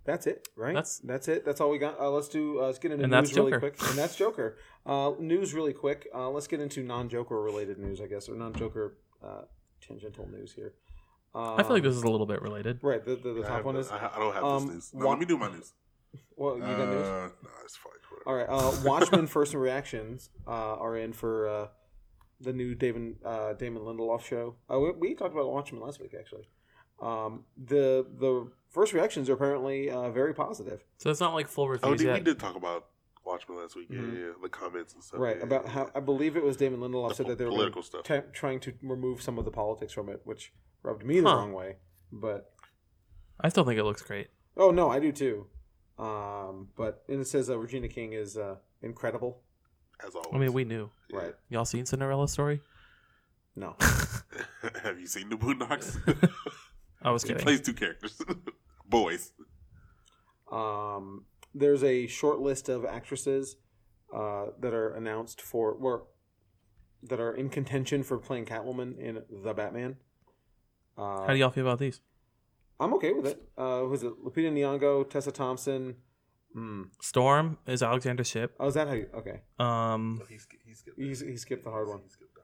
Speaker 1: that's it, right?
Speaker 2: That's-
Speaker 1: That's it. That's all we got. Uh, let's do. Uh, let's get into
Speaker 2: And
Speaker 1: news
Speaker 2: that's
Speaker 1: really
Speaker 2: Joker.
Speaker 1: quick. And that's Joker. Uh, news really quick. Uh, let's get into non-Joker related news, I guess, or non-Joker uh, tangential news here. Um,
Speaker 2: I feel like this is a little bit related.
Speaker 1: right. The, the, the
Speaker 3: I
Speaker 1: top
Speaker 3: have
Speaker 1: one
Speaker 3: the-
Speaker 1: is.
Speaker 3: I, I don't have
Speaker 1: um,
Speaker 3: this news. No,
Speaker 1: wa-
Speaker 3: let me do my news.
Speaker 1: Well, you got news.
Speaker 3: Uh, no, it's fine. whatever.
Speaker 1: All right. Uh, Watchmen first reactions uh, are in for uh, the new Damon uh, Damon Lindelof show. Uh, we, we talked about Watchmen last week, actually. Um, the the first reactions are apparently uh, very positive,
Speaker 2: So it's not like full
Speaker 3: Oh,
Speaker 2: reviews
Speaker 3: dude, we
Speaker 2: yet.
Speaker 3: did talk about Watchmen last week. Yeah,
Speaker 1: Mhm.
Speaker 3: yeah, yeah. The comments and stuff.
Speaker 1: right?
Speaker 3: yeah,
Speaker 1: about
Speaker 3: yeah,
Speaker 1: how
Speaker 3: yeah.
Speaker 1: I believe it was Damon Lindelof
Speaker 3: The
Speaker 1: said that they were
Speaker 3: political stuff.
Speaker 1: t- trying to remove some of the politics from it, which rubbed me the
Speaker 2: Huh.
Speaker 1: wrong way. But
Speaker 2: I still think it looks great.
Speaker 1: oh no, I do too. Um, but and it says uh, Regina King is uh, incredible,
Speaker 3: As always.
Speaker 2: I mean, we knew.
Speaker 1: right?
Speaker 2: Y'all seen Cinderella story?
Speaker 1: No,
Speaker 3: have you seen the Boondocks?
Speaker 2: I was
Speaker 3: he
Speaker 2: kidding.
Speaker 3: plays two characters, boys.
Speaker 1: Um, there's a short list of actresses uh, that are announced for were that are in contention for playing Catwoman in the Batman. Uh,
Speaker 2: How do y'all feel about these?
Speaker 1: I'm okay with it. Uh, who's it? Lupita Nyong'o, Tessa Thompson. Hmm.
Speaker 2: Storm is Alexander Ship.
Speaker 1: Oh, is that how you? Okay,
Speaker 2: Um,
Speaker 3: He, sk- he skipped.
Speaker 1: he, he skipped the hard one.
Speaker 3: skipped the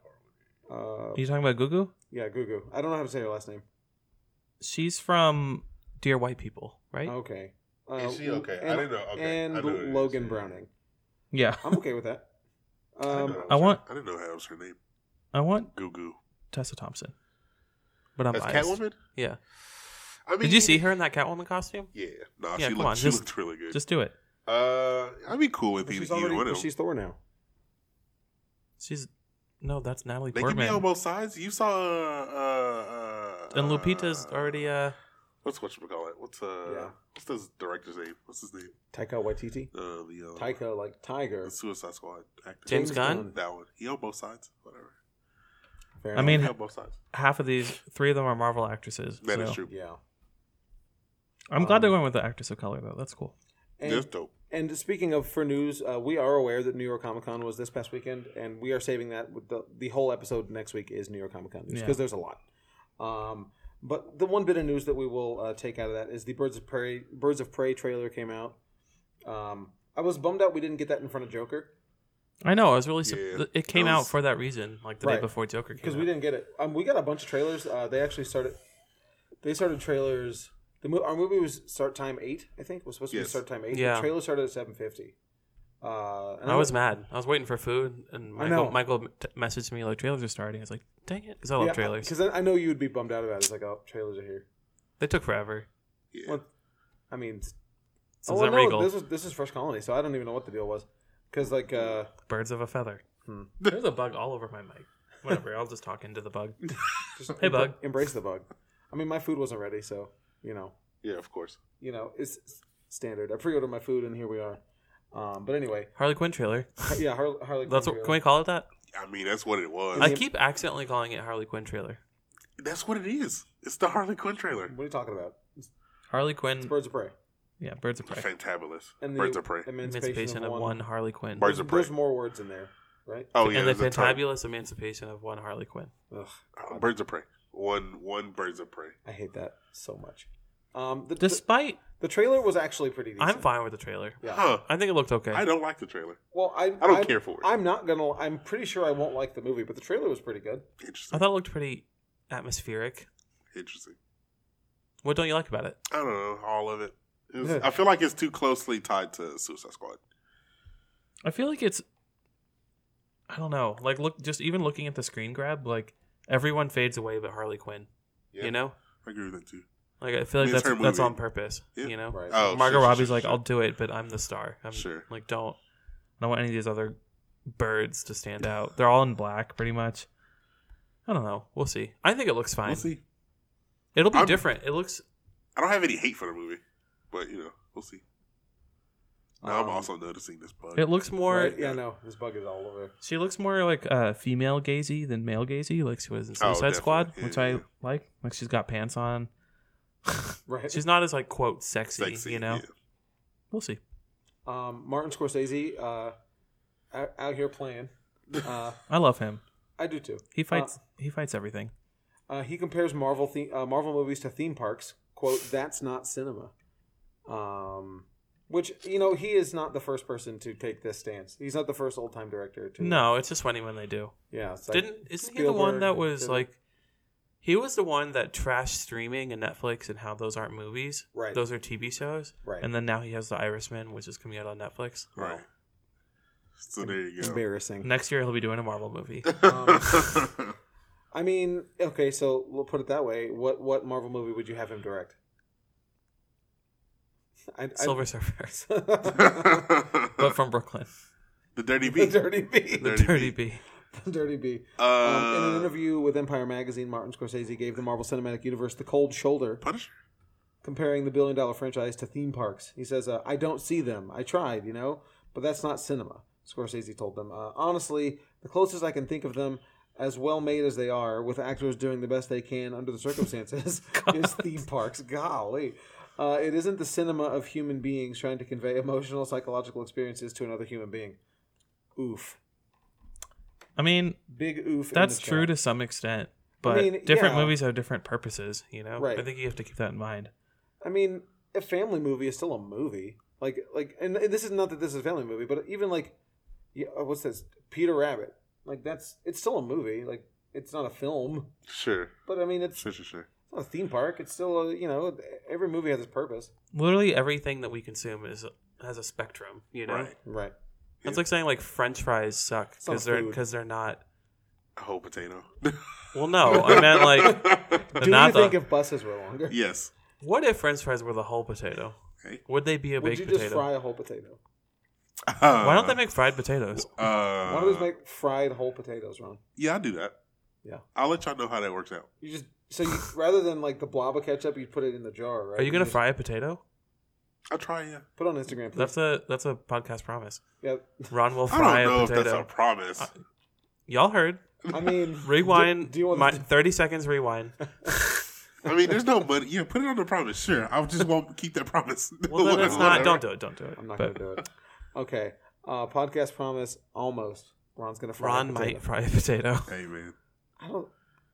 Speaker 3: hard
Speaker 1: Uh,
Speaker 2: you talking about Gugu?
Speaker 1: yeah, Gugu. I don't know how to say her last name.
Speaker 2: She's from Dear White People, right?
Speaker 3: Oh.
Speaker 1: Okay. Uh,
Speaker 3: Is she okay? I
Speaker 1: and-
Speaker 3: didn't know- okay, I
Speaker 1: And
Speaker 3: know who it is.
Speaker 1: Logan Browning.
Speaker 2: Yeah.
Speaker 1: I'm okay with that.
Speaker 3: I,
Speaker 1: Um,
Speaker 3: didn't know
Speaker 2: I
Speaker 3: that was her-
Speaker 2: want-
Speaker 3: I didn't know that was her name.
Speaker 2: I want
Speaker 3: Goo Goo.
Speaker 2: Tessa Thompson, but I'm
Speaker 3: That's
Speaker 2: biased.
Speaker 3: Catwoman.
Speaker 2: Yeah.
Speaker 3: I mean,
Speaker 2: Did you see her in that Catwoman costume?
Speaker 3: Yeah. Nah,
Speaker 2: Yeah, come
Speaker 3: she looked.
Speaker 2: on,
Speaker 3: she
Speaker 2: just-
Speaker 3: looked really good.
Speaker 2: Just do it.
Speaker 3: uh, I'd be cool with
Speaker 1: but
Speaker 2: E
Speaker 1: she's
Speaker 3: either, either one
Speaker 1: already
Speaker 3: of them.
Speaker 1: she's Thor now.
Speaker 2: She's no, that's Natalie
Speaker 3: They can
Speaker 2: Portman.
Speaker 3: be on both sides. You saw, uh, uh, uh
Speaker 2: and Lupita's already. Uh,
Speaker 3: What's what you call it? What's uh?
Speaker 1: Yeah.
Speaker 3: What's this director's name? What's his name?
Speaker 1: Taika Waititi.
Speaker 3: Uh, the uh,
Speaker 1: Taika like tiger.
Speaker 3: the Suicide Squad actor.
Speaker 2: James Gunn?
Speaker 3: That one. He on both sides. Whatever.
Speaker 1: Fair
Speaker 2: I mean-
Speaker 3: he on both sides.
Speaker 2: half of these, three of them are Marvel actresses.
Speaker 3: That is
Speaker 2: so-
Speaker 3: true.
Speaker 1: yeah.
Speaker 2: I'm glad they're
Speaker 1: Um,
Speaker 2: going with the actress of color though. That's cool.
Speaker 3: That's
Speaker 1: And,
Speaker 3: dope.
Speaker 1: and speaking of for news, uh, we are aware that New York Comic Con was this past weekend, and we are saving that with the the whole episode next week is New York Comic Con news
Speaker 2: Yeah.
Speaker 1: because there's a lot. Um, but the one bit of news that we will uh, take out of that is the Birds of Prey Birds of Prey trailer came out. Um, I was bummed out we didn't get that in front of Joker
Speaker 2: I know. I was really. Su-
Speaker 3: Yeah.
Speaker 2: th- It came
Speaker 3: That
Speaker 2: out
Speaker 3: was-
Speaker 2: for that reason, like the
Speaker 1: Right.
Speaker 2: day before Joker came.
Speaker 1: because
Speaker 2: out.
Speaker 1: we didn't get it. Um, we got a bunch of trailers. Uh, they actually started. They started trailers. The mo- our movie was start time eight. I think was supposed to be
Speaker 3: Yes.
Speaker 1: start time eight.
Speaker 2: Yeah.
Speaker 1: The trailer started at seven fifty. Uh, and
Speaker 2: I
Speaker 1: I'm-
Speaker 2: was mad. I was waiting for food, and
Speaker 1: I
Speaker 2: Michael,
Speaker 1: know.
Speaker 2: Michael t- messaged me like trailers are starting. I was like, "Dang it!" Because I love trailers.
Speaker 1: Because I, I know you would be bummed out about it. It's like, oh, trailers are here.
Speaker 2: They took forever.
Speaker 3: Yeah.
Speaker 1: Well, I mean,
Speaker 2: Since
Speaker 1: oh, well,
Speaker 2: I'm
Speaker 1: Oh, no,
Speaker 2: Regal,
Speaker 1: this is this is Fresh Colony, so I don't even know what the deal was. Because like, uh,
Speaker 2: birds of a feather.
Speaker 1: Hmm.
Speaker 2: There's a bug all over my mic. Whatever. I'll just talk into the bug.
Speaker 1: just
Speaker 2: Hey, bug.
Speaker 1: embrace the bug. I mean, my food wasn't ready, so you know,
Speaker 3: yeah, of course.
Speaker 1: you know, it's it's standard. I pre-ordered my food, and here we are. Um, but anyway,
Speaker 2: Harley Quinn trailer.
Speaker 1: yeah, Harley. Harley Quinn
Speaker 2: That's what. Can
Speaker 1: trailer.
Speaker 2: we call it that?
Speaker 3: I mean, that's what it was.
Speaker 2: I keep accidentally calling it Harley Quinn trailer.
Speaker 3: that's what it is. It's the Harley Quinn trailer.
Speaker 1: What are you talking about?
Speaker 2: Harley Quinn.
Speaker 1: It's Birds of Prey
Speaker 2: yeah, birds of prey.
Speaker 3: Fantabulous.
Speaker 1: and the
Speaker 3: Birds of Prey.
Speaker 1: Emancipation,
Speaker 2: Emancipation
Speaker 1: of, one.
Speaker 2: Harley Quinn.
Speaker 3: Birds of Prey.
Speaker 1: There's more words in there, right?
Speaker 3: Oh yeah,
Speaker 2: and the
Speaker 3: there's a ton.
Speaker 2: fantabulous emancipation of one Harley Quinn.
Speaker 1: Ugh,
Speaker 3: Uh, birds of prey. One one birds of prey.
Speaker 1: I hate that so much. Um, the, the,
Speaker 2: Despite,
Speaker 1: the trailer was actually pretty. Decent.
Speaker 2: I'm fine with the trailer.
Speaker 1: Yeah.
Speaker 3: Huh.
Speaker 2: I think it looked okay.
Speaker 3: I don't like the trailer.
Speaker 1: Well, I, I
Speaker 3: don't care for it.
Speaker 1: I'm not gonna. I'm pretty sure I won't like the movie, but the trailer was pretty good.
Speaker 2: I
Speaker 3: Interesting.
Speaker 2: thought it looked pretty atmospheric.
Speaker 3: Interesting.
Speaker 2: What don't you like about it?
Speaker 3: I don't know all of it. It was- I feel like it's too closely tied to Suicide Squad.
Speaker 2: I feel like it's I don't know. Like look just even looking at the screen grab, like everyone fades away but Harley Quinn.
Speaker 3: Yeah.
Speaker 2: You know?
Speaker 3: I agree with that too.
Speaker 2: Like I feel like
Speaker 3: It's
Speaker 2: that's
Speaker 3: her
Speaker 2: that's
Speaker 3: movie.
Speaker 2: on purpose.
Speaker 3: Yeah.
Speaker 2: You know?
Speaker 1: Right.
Speaker 3: Oh,
Speaker 2: Margot
Speaker 3: sure, sure,
Speaker 2: Robbie's
Speaker 3: sure,
Speaker 2: like,
Speaker 3: sure.
Speaker 2: I'll do it, but I'm the star. I'm
Speaker 3: Sure.
Speaker 2: like don't I don't want any of these other birds to stand out. They're all in black pretty much. I don't know. We'll see. I think it looks fine.
Speaker 3: We'll see.
Speaker 2: It'll be
Speaker 3: I'm-
Speaker 2: different. It looks
Speaker 3: I don't have any hate for the movie, but you know, we'll see. Now
Speaker 1: Um,
Speaker 3: I'm also noticing this bug.
Speaker 2: it looks more
Speaker 1: Right? Yeah, no, this bug is all over.
Speaker 2: She looks more like uh, female gazy than male gazy, like she was in
Speaker 3: Oh,
Speaker 2: Suicide Squad,
Speaker 3: definitely.
Speaker 2: which
Speaker 3: Yeah,
Speaker 2: I
Speaker 3: yeah.
Speaker 2: like. Like she's got pants on.
Speaker 1: Right.
Speaker 2: She's not as like quote sexy,
Speaker 3: Sexy,
Speaker 2: you know.
Speaker 3: yeah.
Speaker 2: We'll see.
Speaker 1: um, Martin Scorsese uh, out, out here playing. Uh,
Speaker 2: I love him.
Speaker 1: I do too.
Speaker 2: He fights. he fights everything.
Speaker 1: Uh, he compares Marvel the- uh, Marvel movies to theme parks. "Quote: That's not cinema." Um, which you know he is not the first person to take this stance. He's not the first old time director to.
Speaker 2: No, it's just funny when they do.
Speaker 1: Yeah. It's like,
Speaker 2: Didn't isn't he the one
Speaker 1: Spielberg
Speaker 2: that was
Speaker 1: did it.
Speaker 2: like he was the one that trashed streaming and Netflix and how those aren't movies.
Speaker 1: Right.
Speaker 2: Those are TV shows.
Speaker 1: Right.
Speaker 2: And then now he has the Irishman, which is coming out on Netflix.
Speaker 3: Right. So there you go.
Speaker 1: embarrassing.
Speaker 2: Next year he'll be doing a Marvel movie.
Speaker 1: I mean, okay, so we'll put it that way. What what Marvel movie would you have him direct? I,
Speaker 2: Silver Surfer.
Speaker 1: I,
Speaker 2: but from Brooklyn.
Speaker 3: the Dirty
Speaker 1: the
Speaker 3: Beat.
Speaker 1: Dirty B.
Speaker 3: Dirty
Speaker 2: Dirty B.
Speaker 1: The Dirty B. Um, in an
Speaker 3: Uh,
Speaker 1: interview with Empire magazine, Martin Scorsese gave the Marvel Cinematic Universe the cold shoulder,
Speaker 3: Punisher.
Speaker 1: comparing the billion dollar franchise to theme parks. He says, uh, I don't see them. I tried, you know, but that's not cinema, Scorsese told them. Uh, honestly, the closest I can think of them, as well made as they are, with actors doing the best they can under the circumstances, is theme parks. Golly. Uh, it isn't the cinema of human beings trying to convey emotional, psychological experiences to another human being. Oof.
Speaker 2: I mean,
Speaker 1: Big oof. in
Speaker 2: that's
Speaker 1: the
Speaker 2: true
Speaker 1: chat.
Speaker 2: to some extent. But
Speaker 1: mean,
Speaker 2: different
Speaker 1: yeah.
Speaker 2: movies have different purposes, you know?
Speaker 1: Right.
Speaker 2: I think you have to keep that in mind.
Speaker 1: I mean, a family movie is still a movie. Like, like, and this is not that this is a family movie, but even like, yeah, uh, what's this? Peter Rabbit. Like, that's it's still a movie. Like, it's not a film,
Speaker 3: Sure.
Speaker 1: but I mean, it's
Speaker 3: Sure, sure, sure.
Speaker 1: not a theme park. It's still a you know, every movie has its purpose.
Speaker 2: Literally everything that we consume is has a spectrum, you know?
Speaker 3: Right.
Speaker 1: Right.
Speaker 2: It's like saying like French fries suck
Speaker 1: It's not
Speaker 2: because they're
Speaker 1: food.
Speaker 2: because they're not.
Speaker 3: A whole potato.
Speaker 2: Well, no, I meant like they're
Speaker 1: Do you
Speaker 2: not
Speaker 1: think
Speaker 2: the.
Speaker 1: if buses were longer,
Speaker 3: yes.
Speaker 2: what if French fries were the whole potato?
Speaker 3: Okay.
Speaker 2: Would they be a
Speaker 1: would
Speaker 2: baked
Speaker 1: you just
Speaker 2: potato?
Speaker 1: fry a whole potato?
Speaker 2: Why don't they make fried potatoes?
Speaker 3: Uh,
Speaker 1: Why don't those make fried whole potatoes, Ron?
Speaker 3: Yeah, I'll do that.
Speaker 1: Yeah.
Speaker 3: I'll let y'all know how that works out.
Speaker 1: You just so you, rather than like the blob of ketchup, you put it in the jar, right?
Speaker 2: Are you gonna
Speaker 1: just
Speaker 2: fry a potato?
Speaker 3: I'll try. Yeah.
Speaker 1: put it on Instagram? Please.
Speaker 2: That's a that's a podcast promise.
Speaker 1: yeah.
Speaker 2: Ron will fry
Speaker 3: I don't know
Speaker 2: a
Speaker 3: if that's
Speaker 2: potato. Uh,
Speaker 3: a promise.
Speaker 2: Y'all heard?
Speaker 1: I mean,
Speaker 2: Rewind.
Speaker 1: Do, do you want
Speaker 2: my,
Speaker 1: to,
Speaker 2: thirty seconds? Rewind.
Speaker 3: I mean, there's no money. Yeah, put it on the promise. Sure, I just won't keep that promise.
Speaker 2: Well, then it's not. Don't do it. Don't do it.
Speaker 1: I'm not
Speaker 2: But
Speaker 1: gonna do it. Okay. Uh, podcast promise almost. Ron's gonna fry.
Speaker 2: Ron
Speaker 1: a potato.
Speaker 2: might fry a potato.
Speaker 3: Hey man,
Speaker 1: I don't.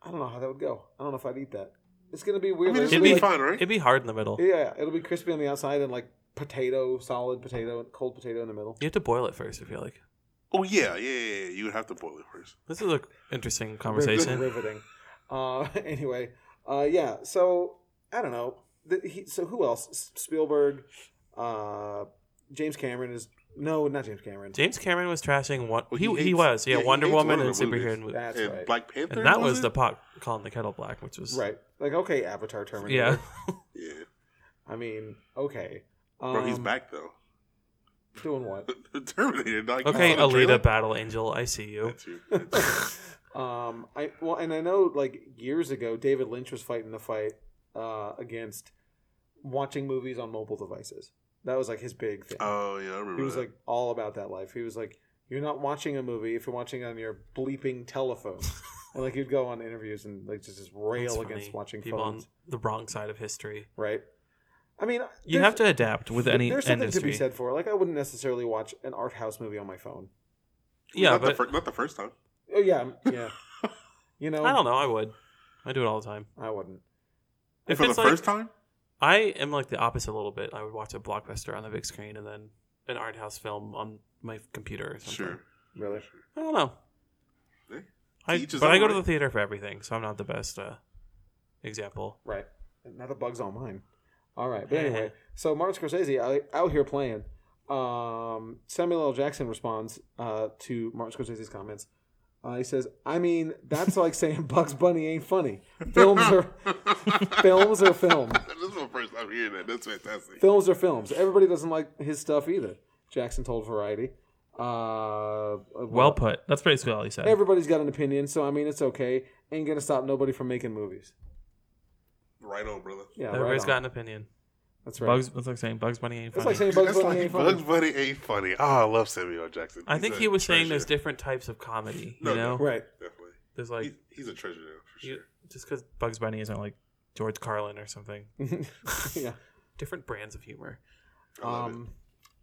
Speaker 1: I don't know how that would go. I don't know if I'd eat that. It's gonna be weird.
Speaker 3: I mean, it
Speaker 1: Like,
Speaker 3: should
Speaker 2: It'd
Speaker 1: it'll
Speaker 3: be
Speaker 2: be-
Speaker 3: fine, right?
Speaker 2: It'd be hard in the middle.
Speaker 1: be- yeah, it'll be crispy on the outside and like potato, solid potato, cold potato in the middle.
Speaker 2: You have to boil it first. I feel like
Speaker 3: oh yeah, yeah, yeah, yeah. You would have to boil it first.
Speaker 2: this is an interesting conversation.
Speaker 1: Riveting. Uh, anyway, uh, yeah. So I don't know. The, he, so who else? S- Spielberg, uh, James Cameron is no, not James Cameron.
Speaker 2: James Cameron was trashing one.
Speaker 3: Well,
Speaker 2: he,
Speaker 3: he
Speaker 2: he,
Speaker 3: hates-
Speaker 2: was yeah,
Speaker 3: yeah, he
Speaker 2: Wonder
Speaker 3: hates
Speaker 2: Woman
Speaker 3: one
Speaker 2: and
Speaker 3: of the movies.
Speaker 2: superhero movie,
Speaker 1: That's
Speaker 3: and
Speaker 1: right.
Speaker 3: Black Panther.
Speaker 2: and that was
Speaker 3: it?
Speaker 2: the pot calling the kettle black, which was
Speaker 1: right. Like okay, Avatar Terminator.
Speaker 2: Yeah,
Speaker 3: Yeah,
Speaker 1: I mean, okay. Um,
Speaker 3: bro, he's back though.
Speaker 1: Doing what?
Speaker 3: Terminator. Like,
Speaker 2: okay,
Speaker 3: you saw the trailer?
Speaker 2: Alita, Battle Angel, I see you.
Speaker 3: That's you. That's
Speaker 1: Um, I well, and I know like years ago, David Lynch was fighting the fight uh, against watching movies on mobile devices. That was like his big thing.
Speaker 3: you. Oh yeah, I remember.
Speaker 1: he was
Speaker 3: that.
Speaker 1: like all about that life. He was like, "You're not watching a movie if you're watching on your bleeping telephone." and like he'd go on interviews and like just, just
Speaker 2: That's
Speaker 1: rail
Speaker 2: funny.
Speaker 1: against watching
Speaker 2: people
Speaker 1: phones,
Speaker 2: on the wrong side of history.
Speaker 1: right? I mean,
Speaker 2: You
Speaker 1: there's-
Speaker 2: have to adapt with any
Speaker 1: There's something to
Speaker 2: industry.
Speaker 1: be said for it. like I wouldn't necessarily watch an art house movie on my phone.
Speaker 2: yeah,
Speaker 3: not
Speaker 2: but
Speaker 3: the fir- not the first time.
Speaker 1: Oh yeah, yeah. you know,
Speaker 2: I don't know. I would. I do it all the time.
Speaker 1: I wouldn't.
Speaker 2: If
Speaker 3: For the
Speaker 2: it's like,
Speaker 3: first time,
Speaker 2: I am like the opposite a little bit. I would watch a blockbuster on the big screen and then an art house film on my computer or something.
Speaker 3: sure.
Speaker 1: Really?
Speaker 2: I don't know.
Speaker 3: Eh?
Speaker 2: I,
Speaker 3: To each his
Speaker 2: but I
Speaker 3: own,
Speaker 2: go to
Speaker 3: right?
Speaker 2: the theater for everything, so I'm not the best uh, example.
Speaker 1: Right. Now the bug's on mine. All right. But anyway, so Martin Scorsese out, out here playing. Um, Samuel L. Jackson responds uh, to Martin Scorsese's comments. Uh, he says, "I mean, that's like saying Bugs Bunny ain't funny. Films are films are film.
Speaker 3: This is my first time hearing that. That's fantastic.
Speaker 1: Films are films. Everybody doesn't like his stuff either." Jackson told Variety. Uh,
Speaker 2: Well put. That's basically all he said.
Speaker 1: everybody's got an opinion, so I mean, it's okay. Ain't gonna stop nobody from making movies.
Speaker 3: Right on, brother.
Speaker 1: Yeah, right
Speaker 2: Everybody's
Speaker 1: on.
Speaker 2: got an opinion.
Speaker 1: That's right.
Speaker 2: Bugs, that's like saying Bugs Bunny ain't
Speaker 1: That's
Speaker 2: funny.
Speaker 1: like saying Bugs
Speaker 3: That's
Speaker 1: Bunny
Speaker 3: like
Speaker 1: ain't funny.
Speaker 3: Bugs Bunny ain't funny. Oh, I love Samuel L. Jackson.
Speaker 2: I
Speaker 3: He's
Speaker 2: think
Speaker 3: a
Speaker 2: he was saying there's
Speaker 3: treasure.
Speaker 2: different types of comedy.
Speaker 3: No,
Speaker 2: you know,
Speaker 3: no.
Speaker 1: Right.
Speaker 3: Definitely.
Speaker 2: there's like
Speaker 3: He's- he's a treasure now, for
Speaker 2: you,
Speaker 3: sure.
Speaker 2: just because Bugs Bunny isn't like George Carlin or something.
Speaker 1: yeah.
Speaker 2: Different brands of humor.
Speaker 3: I love
Speaker 1: Um,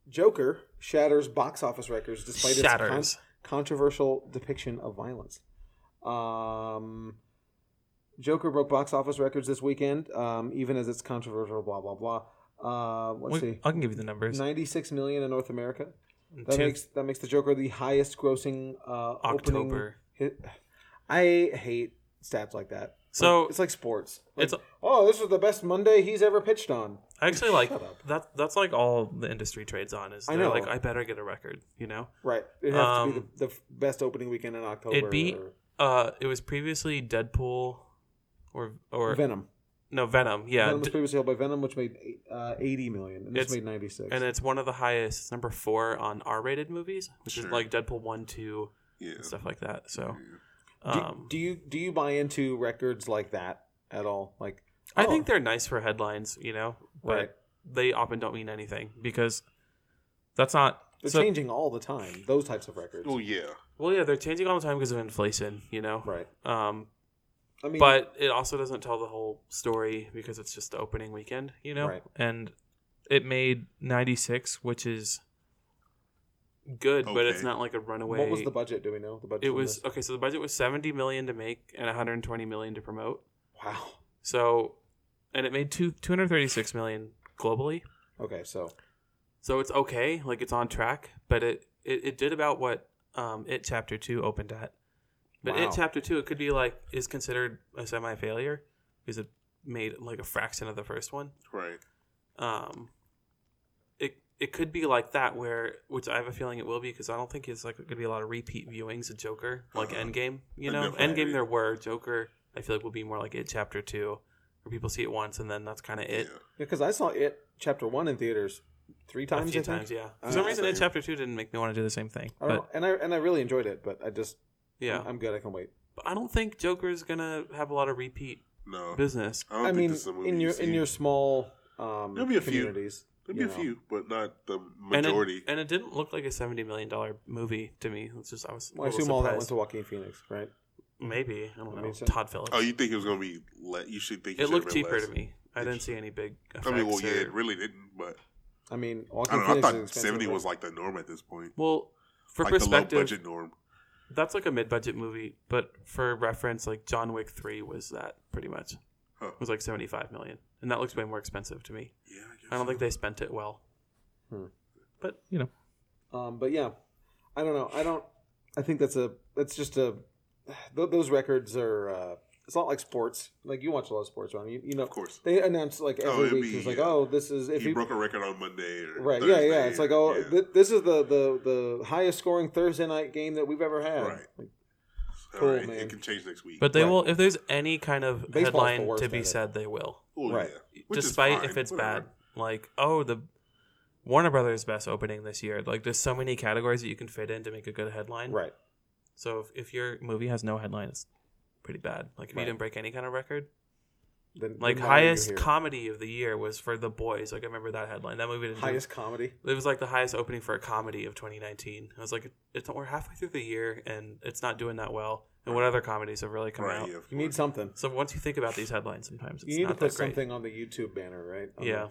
Speaker 1: Joker shatters box office records despite its
Speaker 2: Shatters.
Speaker 1: con- controversial depiction of violence. Um, Joker broke box office records this weekend, um, even as it's controversial. Blah blah blah. Uh, let's
Speaker 2: We-
Speaker 1: see,
Speaker 2: I can give you the numbers.
Speaker 1: 96 million in North America. That
Speaker 2: Two-
Speaker 1: makes that makes the Joker the highest grossing uh,
Speaker 2: October.
Speaker 1: Opening hit. I hate stats like that.
Speaker 2: So-
Speaker 1: Like, it's like sports. Like,
Speaker 2: It's-
Speaker 1: oh, this was the best Monday he's ever pitched on.
Speaker 2: I actually like
Speaker 1: Shut up.
Speaker 2: that. That's like all the industry trades on is.
Speaker 1: I
Speaker 2: I
Speaker 1: know.
Speaker 2: know. Like I better get a record. You know.
Speaker 1: Right. It has to be
Speaker 2: Um,
Speaker 1: the, the f- best opening weekend in October.
Speaker 2: It'd be
Speaker 1: or
Speaker 2: uh, it was previously Deadpool, or or
Speaker 1: Venom.
Speaker 2: no Venom. Yeah,
Speaker 1: Venom was
Speaker 2: d-
Speaker 1: previously held by Venom, which made uh, 80 million, and this
Speaker 2: It's-
Speaker 1: made 96.
Speaker 2: and it's one of the highest. It's number four on R-rated movies, which
Speaker 3: Sure.
Speaker 2: is like Deadpool one, two,
Speaker 3: Yeah. Mm-hmm.
Speaker 2: and stuff like that. So,
Speaker 1: do,
Speaker 2: um,
Speaker 1: do you do you buy into records like that at all? Like,
Speaker 2: I
Speaker 1: oh,
Speaker 2: think they're nice for headlines. You know, but
Speaker 1: Right.
Speaker 2: they often don't mean anything because that's not.
Speaker 1: they're
Speaker 2: so-
Speaker 1: changing all the time. Those types of records.
Speaker 3: Oh yeah.
Speaker 2: well, yeah, they're changing all the time because of inflation. You know,
Speaker 1: Right.
Speaker 2: um,
Speaker 1: I mean,
Speaker 2: but it also doesn't tell the whole story because it's just the opening weekend, you know.
Speaker 1: Right.
Speaker 2: And it made 96, which is good, but it's
Speaker 3: Okay.
Speaker 2: not like a runaway.
Speaker 1: what was the budget? Do we know the budget?
Speaker 2: It
Speaker 1: on
Speaker 2: was
Speaker 1: this?
Speaker 2: okay, so the budget was 70 million to make and 120 million to promote.
Speaker 1: wow.
Speaker 2: So and it made two, 236 million globally.
Speaker 1: Okay, so
Speaker 2: So it's okay, like it's on track, but it it, it did about what um it chapter 2 opened at. But
Speaker 1: Wow.
Speaker 2: it chapter 2 it could be like is considered a semi failure because it made like a fraction of the first one.
Speaker 3: Right.
Speaker 2: Um it it could be like that where which I have a feeling it will be because I don't think it's like going to be a lot of repeat viewings of Joker like
Speaker 3: Uh-huh.
Speaker 2: Endgame, you
Speaker 3: I
Speaker 2: know.
Speaker 3: definitely
Speaker 2: Endgame
Speaker 3: agree.
Speaker 2: there were Joker I feel like will be more like it chapter 2 where people see it once and then that's kind of it.
Speaker 3: yeah.
Speaker 1: because I saw it chapter one in theaters three times.
Speaker 2: a few
Speaker 1: I think.
Speaker 2: times, yeah. For
Speaker 1: Uh,
Speaker 2: some reason,
Speaker 3: same.
Speaker 2: it chapter two didn't make me want to do the same thing.
Speaker 1: I don't
Speaker 2: But
Speaker 1: know, and I and I really enjoyed it, but I just
Speaker 2: yeah,
Speaker 3: Um,
Speaker 1: I'm good. I can wait.
Speaker 2: But I don't think Joker's gonna have a lot of repeat
Speaker 3: No.
Speaker 2: business.
Speaker 3: I, don't
Speaker 1: I
Speaker 3: think
Speaker 1: mean,
Speaker 3: this is a movie
Speaker 1: in
Speaker 3: you
Speaker 1: your
Speaker 3: see.
Speaker 1: in your small um,
Speaker 3: There'll be a few.
Speaker 1: communities,
Speaker 3: There'll be a
Speaker 1: you know.
Speaker 3: few, but not the
Speaker 2: And it-
Speaker 3: majority.
Speaker 2: And it, didn't look like a seventy million dollar movie to me. It's just I was.
Speaker 1: Well, I assume all that went to Joaquin Phoenix, right?
Speaker 2: maybe I don't
Speaker 1: I
Speaker 2: know.
Speaker 1: mean, so-
Speaker 2: Todd Phillips.
Speaker 3: oh, you think it was gonna be? Le- you should think it,
Speaker 2: it
Speaker 3: should
Speaker 2: looked
Speaker 3: have been
Speaker 2: cheaper
Speaker 3: less.
Speaker 2: to me. I didn't see any big.
Speaker 3: I mean, well,
Speaker 2: effects
Speaker 3: yeah,
Speaker 2: or-
Speaker 3: it really didn't. But
Speaker 1: I mean,
Speaker 3: I
Speaker 1: Joaquin
Speaker 3: don't know. I
Speaker 1: Phoenix is
Speaker 3: thought
Speaker 1: expensive,
Speaker 3: seventy
Speaker 1: right?
Speaker 3: was like the norm at this point.
Speaker 2: Well, for
Speaker 3: like the low
Speaker 2: perspective,
Speaker 3: budget norm.
Speaker 2: that's like a mid-budget movie. But for reference, like John Wick three was that pretty much.
Speaker 3: Huh.
Speaker 2: It was like seventy-five million, and that looks way more expensive to me.
Speaker 3: Yeah, I, guess
Speaker 2: I don't think
Speaker 3: so.
Speaker 2: they spent it well.
Speaker 1: Hmm.
Speaker 2: But you know,
Speaker 1: Um, but yeah, I don't know. I don't. I think that's a. That's just a. Th- those records are. Uh, it's not like sports. Like you watch a lot of sports, Ron. You, you know,
Speaker 3: Of course.
Speaker 1: they announce like
Speaker 3: Oh,
Speaker 1: every
Speaker 3: it'd
Speaker 1: week.
Speaker 3: be,
Speaker 1: it's like,
Speaker 3: yeah.
Speaker 1: oh, this is if
Speaker 3: he
Speaker 1: you
Speaker 3: broke a record on Monday. Or
Speaker 1: right, yeah, yeah.
Speaker 3: Thursday,
Speaker 1: It's like, oh,
Speaker 3: yeah.
Speaker 1: th- this is the, the the highest scoring Thursday night game that we've ever had.
Speaker 3: Right.
Speaker 1: Like,
Speaker 3: All
Speaker 1: cool,
Speaker 3: right,
Speaker 1: man.
Speaker 3: It can change next week.
Speaker 2: But they
Speaker 1: Right.
Speaker 2: will, if there's any kind of
Speaker 1: Baseball's the
Speaker 2: headline
Speaker 1: worst
Speaker 2: to be
Speaker 1: at it.
Speaker 2: said, they will.
Speaker 3: Well,
Speaker 1: Right.
Speaker 3: yeah, which is
Speaker 2: Despite
Speaker 3: fine,
Speaker 2: if it's
Speaker 3: whatever.
Speaker 2: bad, like oh the Warner Brothers best opening this year. Like there's so many categories that you can fit in to make a good headline.
Speaker 1: right.
Speaker 2: So if, if your movie has no headline, it's pretty bad. Like if
Speaker 1: Right.
Speaker 2: you didn't break any kind of record,
Speaker 1: Then,
Speaker 2: like
Speaker 1: then why are you
Speaker 2: highest
Speaker 1: here?
Speaker 2: comedy of the year was for The Boys. Like I remember that headline. That movie didn't. do-
Speaker 1: highest comedy.
Speaker 2: it was like the highest opening for a comedy of 2019. I was like, it's we're halfway through the year and it's not doing that well. And what other comedies have really come
Speaker 3: Right,
Speaker 2: out?
Speaker 3: yeah, of
Speaker 1: You need
Speaker 3: course.
Speaker 1: something.
Speaker 2: So once you think about these headlines, sometimes it's
Speaker 1: You need to
Speaker 2: not
Speaker 1: put
Speaker 2: that great.
Speaker 1: something on the YouTube banner, right? On
Speaker 2: Yeah,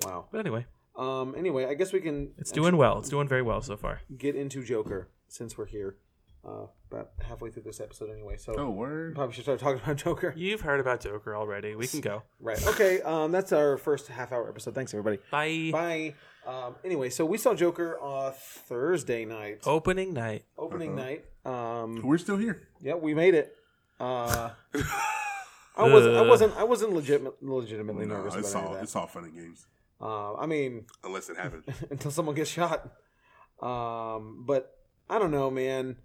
Speaker 1: the- wow.
Speaker 2: but anyway,
Speaker 1: Um. Anyway, I guess we can.
Speaker 2: it's doing well. It's doing very well so far.
Speaker 1: get into Joker since we're here. Uh, about halfway through this episode anyway, so
Speaker 3: Oh, word.
Speaker 1: probably should start talking about Joker.
Speaker 2: You've heard about Joker already. We can go.
Speaker 1: Right. Okay. Um, that's our first half hour episode. Thanks everybody.
Speaker 2: Bye.
Speaker 1: Bye. Um, anyway, so we saw Joker uh, Thursday night,
Speaker 2: Opening night.
Speaker 1: opening
Speaker 3: Uh-huh.
Speaker 1: night. Um,
Speaker 3: We're still here.
Speaker 1: yeah, we made it. Uh, I was
Speaker 2: Uh.
Speaker 1: I wasn't I wasn't legit, legitimately
Speaker 3: No,
Speaker 1: nervous
Speaker 3: it's
Speaker 1: about
Speaker 3: all
Speaker 1: any of
Speaker 3: it's
Speaker 1: that.
Speaker 3: all fun and games
Speaker 1: Uh, I mean,
Speaker 3: unless it happens.
Speaker 1: until someone gets shot. Um, but I don't know, man.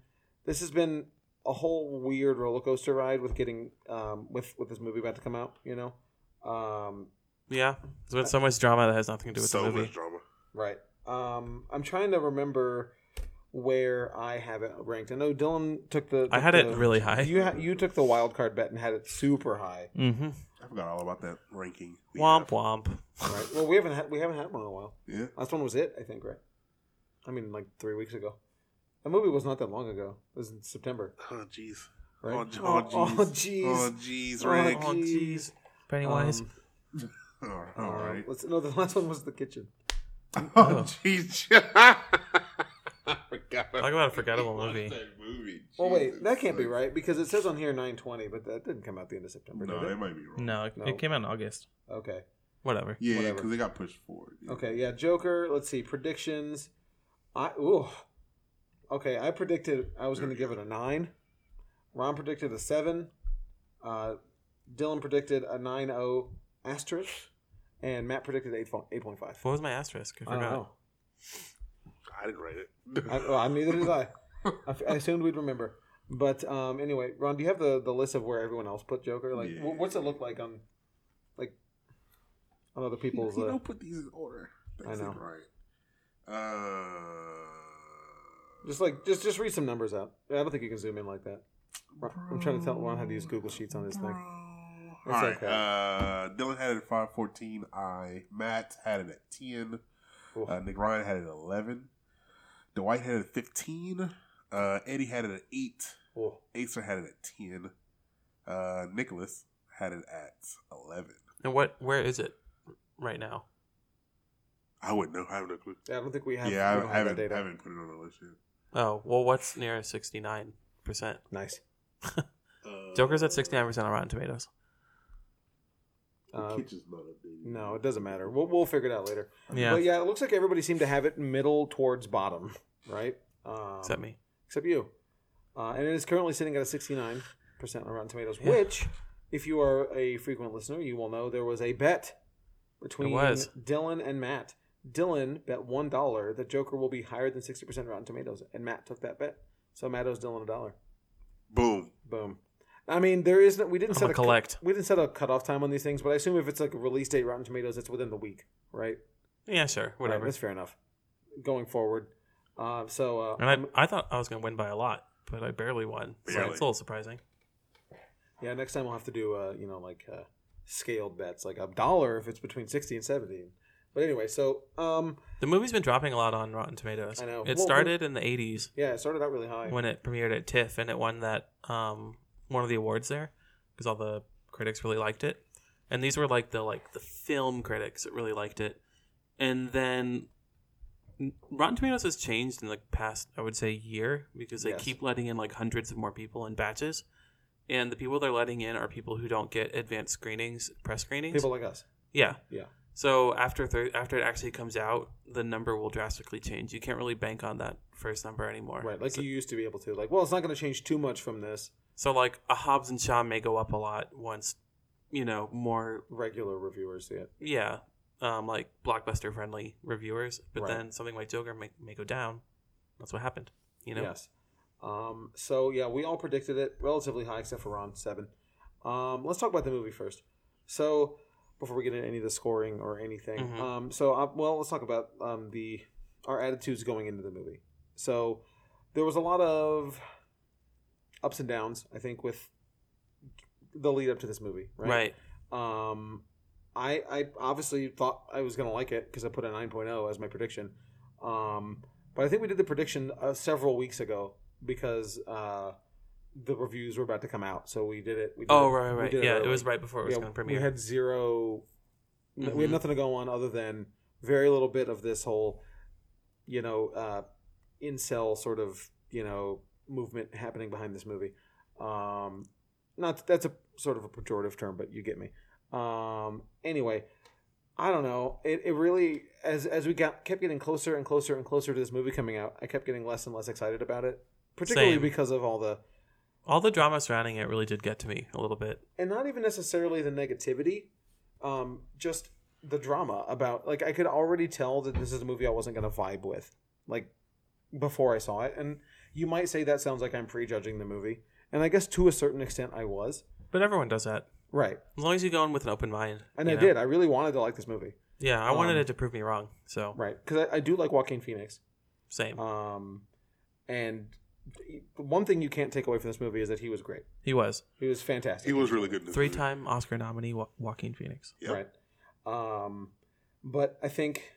Speaker 1: This has been a whole weird roller coaster ride with getting um, with with this movie about to come out. You know, um,
Speaker 2: Yeah, there's been so much drama that has nothing to do with
Speaker 3: so
Speaker 2: the
Speaker 3: much
Speaker 2: movie.
Speaker 3: drama.
Speaker 1: right? Um, I'm trying to remember where I have it ranked. I know Dylan took the.
Speaker 2: I had
Speaker 1: the-
Speaker 2: it really high.
Speaker 1: You ha- you took the wild card bet and had it super high.
Speaker 2: Mm-hmm.
Speaker 3: I forgot all about that ranking. we
Speaker 2: Womp
Speaker 3: have.
Speaker 2: womp.
Speaker 1: Right. well, we haven't had we haven't had one in a while.
Speaker 3: Yeah.
Speaker 1: Last one was it, I think. Right. I mean, like three weeks ago. That movie was not that long ago. It was in September.
Speaker 3: Oh jeez.
Speaker 1: Right?
Speaker 3: Oh jeez. Oh
Speaker 1: Oh, oh,
Speaker 3: jeez. Oh
Speaker 1: jeez.
Speaker 3: jeez,
Speaker 1: Oh,
Speaker 3: Rick.
Speaker 1: Oh, jeez.
Speaker 2: Pennywise.
Speaker 1: Um,
Speaker 3: Oh,
Speaker 1: um,
Speaker 3: all right.
Speaker 1: let's- no, the last one was the kitchen.
Speaker 3: Oh jeez. I Oh, forgot.
Speaker 2: Talk about a forgettable movie.
Speaker 4: That movie.
Speaker 1: Well, Oh, wait,
Speaker 4: Jesus.
Speaker 1: that can't be
Speaker 4: Like,
Speaker 1: right because it says on here 920, but that didn't come out the end of September.
Speaker 3: No,
Speaker 1: did
Speaker 3: they
Speaker 1: it?
Speaker 3: might be wrong.
Speaker 2: No, it,
Speaker 1: No.
Speaker 2: it came out in August.
Speaker 1: Okay.
Speaker 2: Whatever.
Speaker 3: Yeah,
Speaker 1: Whatever.
Speaker 3: because they got pushed forward. Yeah.
Speaker 1: Okay, yeah, Joker. Let's see predictions. I ooh. Okay, I predicted I was going to give it a nine. Ron predicted a seven. Uh, Dylan predicted a nine zero asterisk, and Matt predicted eight eight point five.
Speaker 2: What was my asterisk? I
Speaker 1: I don't
Speaker 2: forgot.
Speaker 1: know.
Speaker 3: I didn't write it.
Speaker 1: I, well, I- neither did I. I, f- I assumed we'd remember. But um, anyway, Ron, do you have the, the list of where everyone else put Joker? Like, wh- what's it look like on, like, on other people's?
Speaker 3: You
Speaker 1: Uh,
Speaker 3: don't put these in order. Thanks,
Speaker 1: I know.
Speaker 3: Brian. Uh,
Speaker 1: just like, just just read some numbers out. I don't think you can zoom in like that. Ron- I'm trying to tell Ron how to use Google Sheets on this
Speaker 3: Bro.
Speaker 1: thing.
Speaker 3: All
Speaker 1: It's
Speaker 3: right.
Speaker 1: okay.
Speaker 3: Uh, Dylan had it at five fourteen. I Matt had it at ten.
Speaker 1: Oof.
Speaker 3: Uh, Nick Ryan had it at eleven. Dwight had it at fifteen. Uh, Eddie had it at eight.
Speaker 1: Oh,
Speaker 3: Acer had it at ten. Uh, Nicholas had it at eleven.
Speaker 2: And what? Where is it right now?
Speaker 3: I wouldn't know. I have no clue.
Speaker 1: yeah, I don't think we have.
Speaker 3: yeah,
Speaker 1: we
Speaker 3: I haven't,
Speaker 1: don't
Speaker 3: I
Speaker 1: have that
Speaker 3: haven't,
Speaker 1: data.
Speaker 3: haven't put it on the list yet.
Speaker 2: Oh well, what's near sixty nine percent?
Speaker 1: Nice.
Speaker 3: Uh,
Speaker 2: Joker's at sixty nine percent on Rotten Tomatoes.
Speaker 1: Uh,
Speaker 3: Kitchen's not a big.
Speaker 1: no, it doesn't matter. We'll we'll figure it out later.
Speaker 2: Yeah,
Speaker 1: But yeah, it looks like everybody seemed to have it middle towards bottom, right? Um,
Speaker 2: except me.
Speaker 1: except you. Uh, and it is currently sitting at a 69% on Rotten Tomatoes,
Speaker 2: Yeah.
Speaker 1: which, if you are a frequent listener, you will know there was a bet between
Speaker 2: There was.
Speaker 1: Dylan and Matt. Dylan bet $1 that Joker will be higher than 60% Rotten Tomatoes, and Matt took that bet. So Matt owes Dylan a dollar.
Speaker 3: Boom.
Speaker 1: Boom. I mean, there is no, we didn't
Speaker 2: I'm
Speaker 1: set
Speaker 2: a
Speaker 1: a cut-
Speaker 2: collect.
Speaker 1: we didn't set a cutoff time on these things, but I assume if it's like a release date Rotten Tomatoes, it's within the week, right?
Speaker 2: Yeah, sure,
Speaker 1: Right,
Speaker 2: whatever.
Speaker 1: that's fair enough. Going forward, uh, so uh,
Speaker 2: and I, I thought I was gonna win by a lot, but I barely won. So
Speaker 3: Barely.
Speaker 2: it's a little surprising.
Speaker 1: Yeah, next time we'll have to do uh, you know, like uh, scaled bets, like a dollar if it's between sixty and seventy. But anyway, so um,
Speaker 2: The movie's been dropping a lot on Rotten Tomatoes.
Speaker 1: I know.
Speaker 2: It
Speaker 1: Well,
Speaker 2: started in the eighties
Speaker 1: yeah, it started out really high.
Speaker 2: when it premiered at TIFF, and it won that um one of the awards there because all the critics really liked it. And these were like the like the film critics that really liked it. And then Rotten Tomatoes has changed in the past, I would say, year because they
Speaker 1: Yes.
Speaker 2: keep letting in like hundreds of more people in batches. And the people they're letting in are people who don't get advanced screenings, press screenings.
Speaker 1: People like us.
Speaker 2: yeah.
Speaker 1: Yeah.
Speaker 2: So after thir- after it actually comes out, the number will drastically change. You can't really bank on that first number anymore.
Speaker 1: Right, like
Speaker 2: so,
Speaker 1: you used to be able to. Like, well, it's not going to change too much from this
Speaker 2: so like a Hobbs and Shaw may go up a lot once, you know, more
Speaker 1: regular reviewers see it.
Speaker 2: yeah, um, like blockbuster friendly reviewers. But
Speaker 1: Right.
Speaker 2: then something like Joker may may go down. That's what happened. You know.
Speaker 1: Yes. Um, so yeah, we all predicted it relatively high, except for Ron seven. Um, let's talk about the movie first. So before we get into any of the scoring or anything,
Speaker 2: Mhm.
Speaker 1: um, so uh, well, let's talk about um, the our attitudes going into the movie. So there was a lot of ups and downs, I think, with the lead up to this movie, right?
Speaker 2: right.
Speaker 1: Um, I I obviously thought I was gonna like it because I put a 9.0 as my prediction. Um, but I think we did the prediction uh, several weeks ago because uh, the reviews were about to come out, so we did it. We did
Speaker 2: Oh
Speaker 1: it-
Speaker 2: right,
Speaker 1: we
Speaker 2: right,
Speaker 1: did
Speaker 2: yeah.
Speaker 1: early.
Speaker 2: It was right before it was
Speaker 1: Yeah,
Speaker 2: going to
Speaker 1: we
Speaker 2: premiere.
Speaker 1: had 0 We had
Speaker 2: Mhm.
Speaker 1: nothing to go on other than very little bit of this whole, you know, uh, incel sort of you know movement happening behind this movie. Um, not that's a sort of a pejorative term, but you get me. Um, anyway, I don't know. It, it really as as we got kept getting closer and closer and closer to this movie coming out, I kept getting less and less excited about it, particularly
Speaker 2: Same.
Speaker 1: because of all the
Speaker 2: All the drama surrounding it really did get to me a little bit.
Speaker 1: and not even necessarily the negativity, um, just the drama about like I could already tell that this is a movie I wasn't gonna vibe with, like before I saw it. And you might say that sounds like I'm prejudging the movie, and I guess to a certain extent I was
Speaker 2: But everyone does that
Speaker 1: right,
Speaker 2: as long as you go in with an open mind.
Speaker 1: and
Speaker 2: you
Speaker 1: I
Speaker 2: know?
Speaker 1: did. I really wanted to like this movie,
Speaker 2: Yeah, I wanted
Speaker 1: Um,
Speaker 2: it to prove me wrong. So
Speaker 1: right? Because I, I do like Joaquin Phoenix.
Speaker 2: same.
Speaker 1: Um, and one thing you can't take away from this movie is that he was great.
Speaker 2: He was
Speaker 1: He was fantastic.
Speaker 3: He was really good. in this movie.
Speaker 2: three-time Oscar nominee Wa- Joaquin Phoenix.
Speaker 3: Yep.
Speaker 1: right? Um, but I think,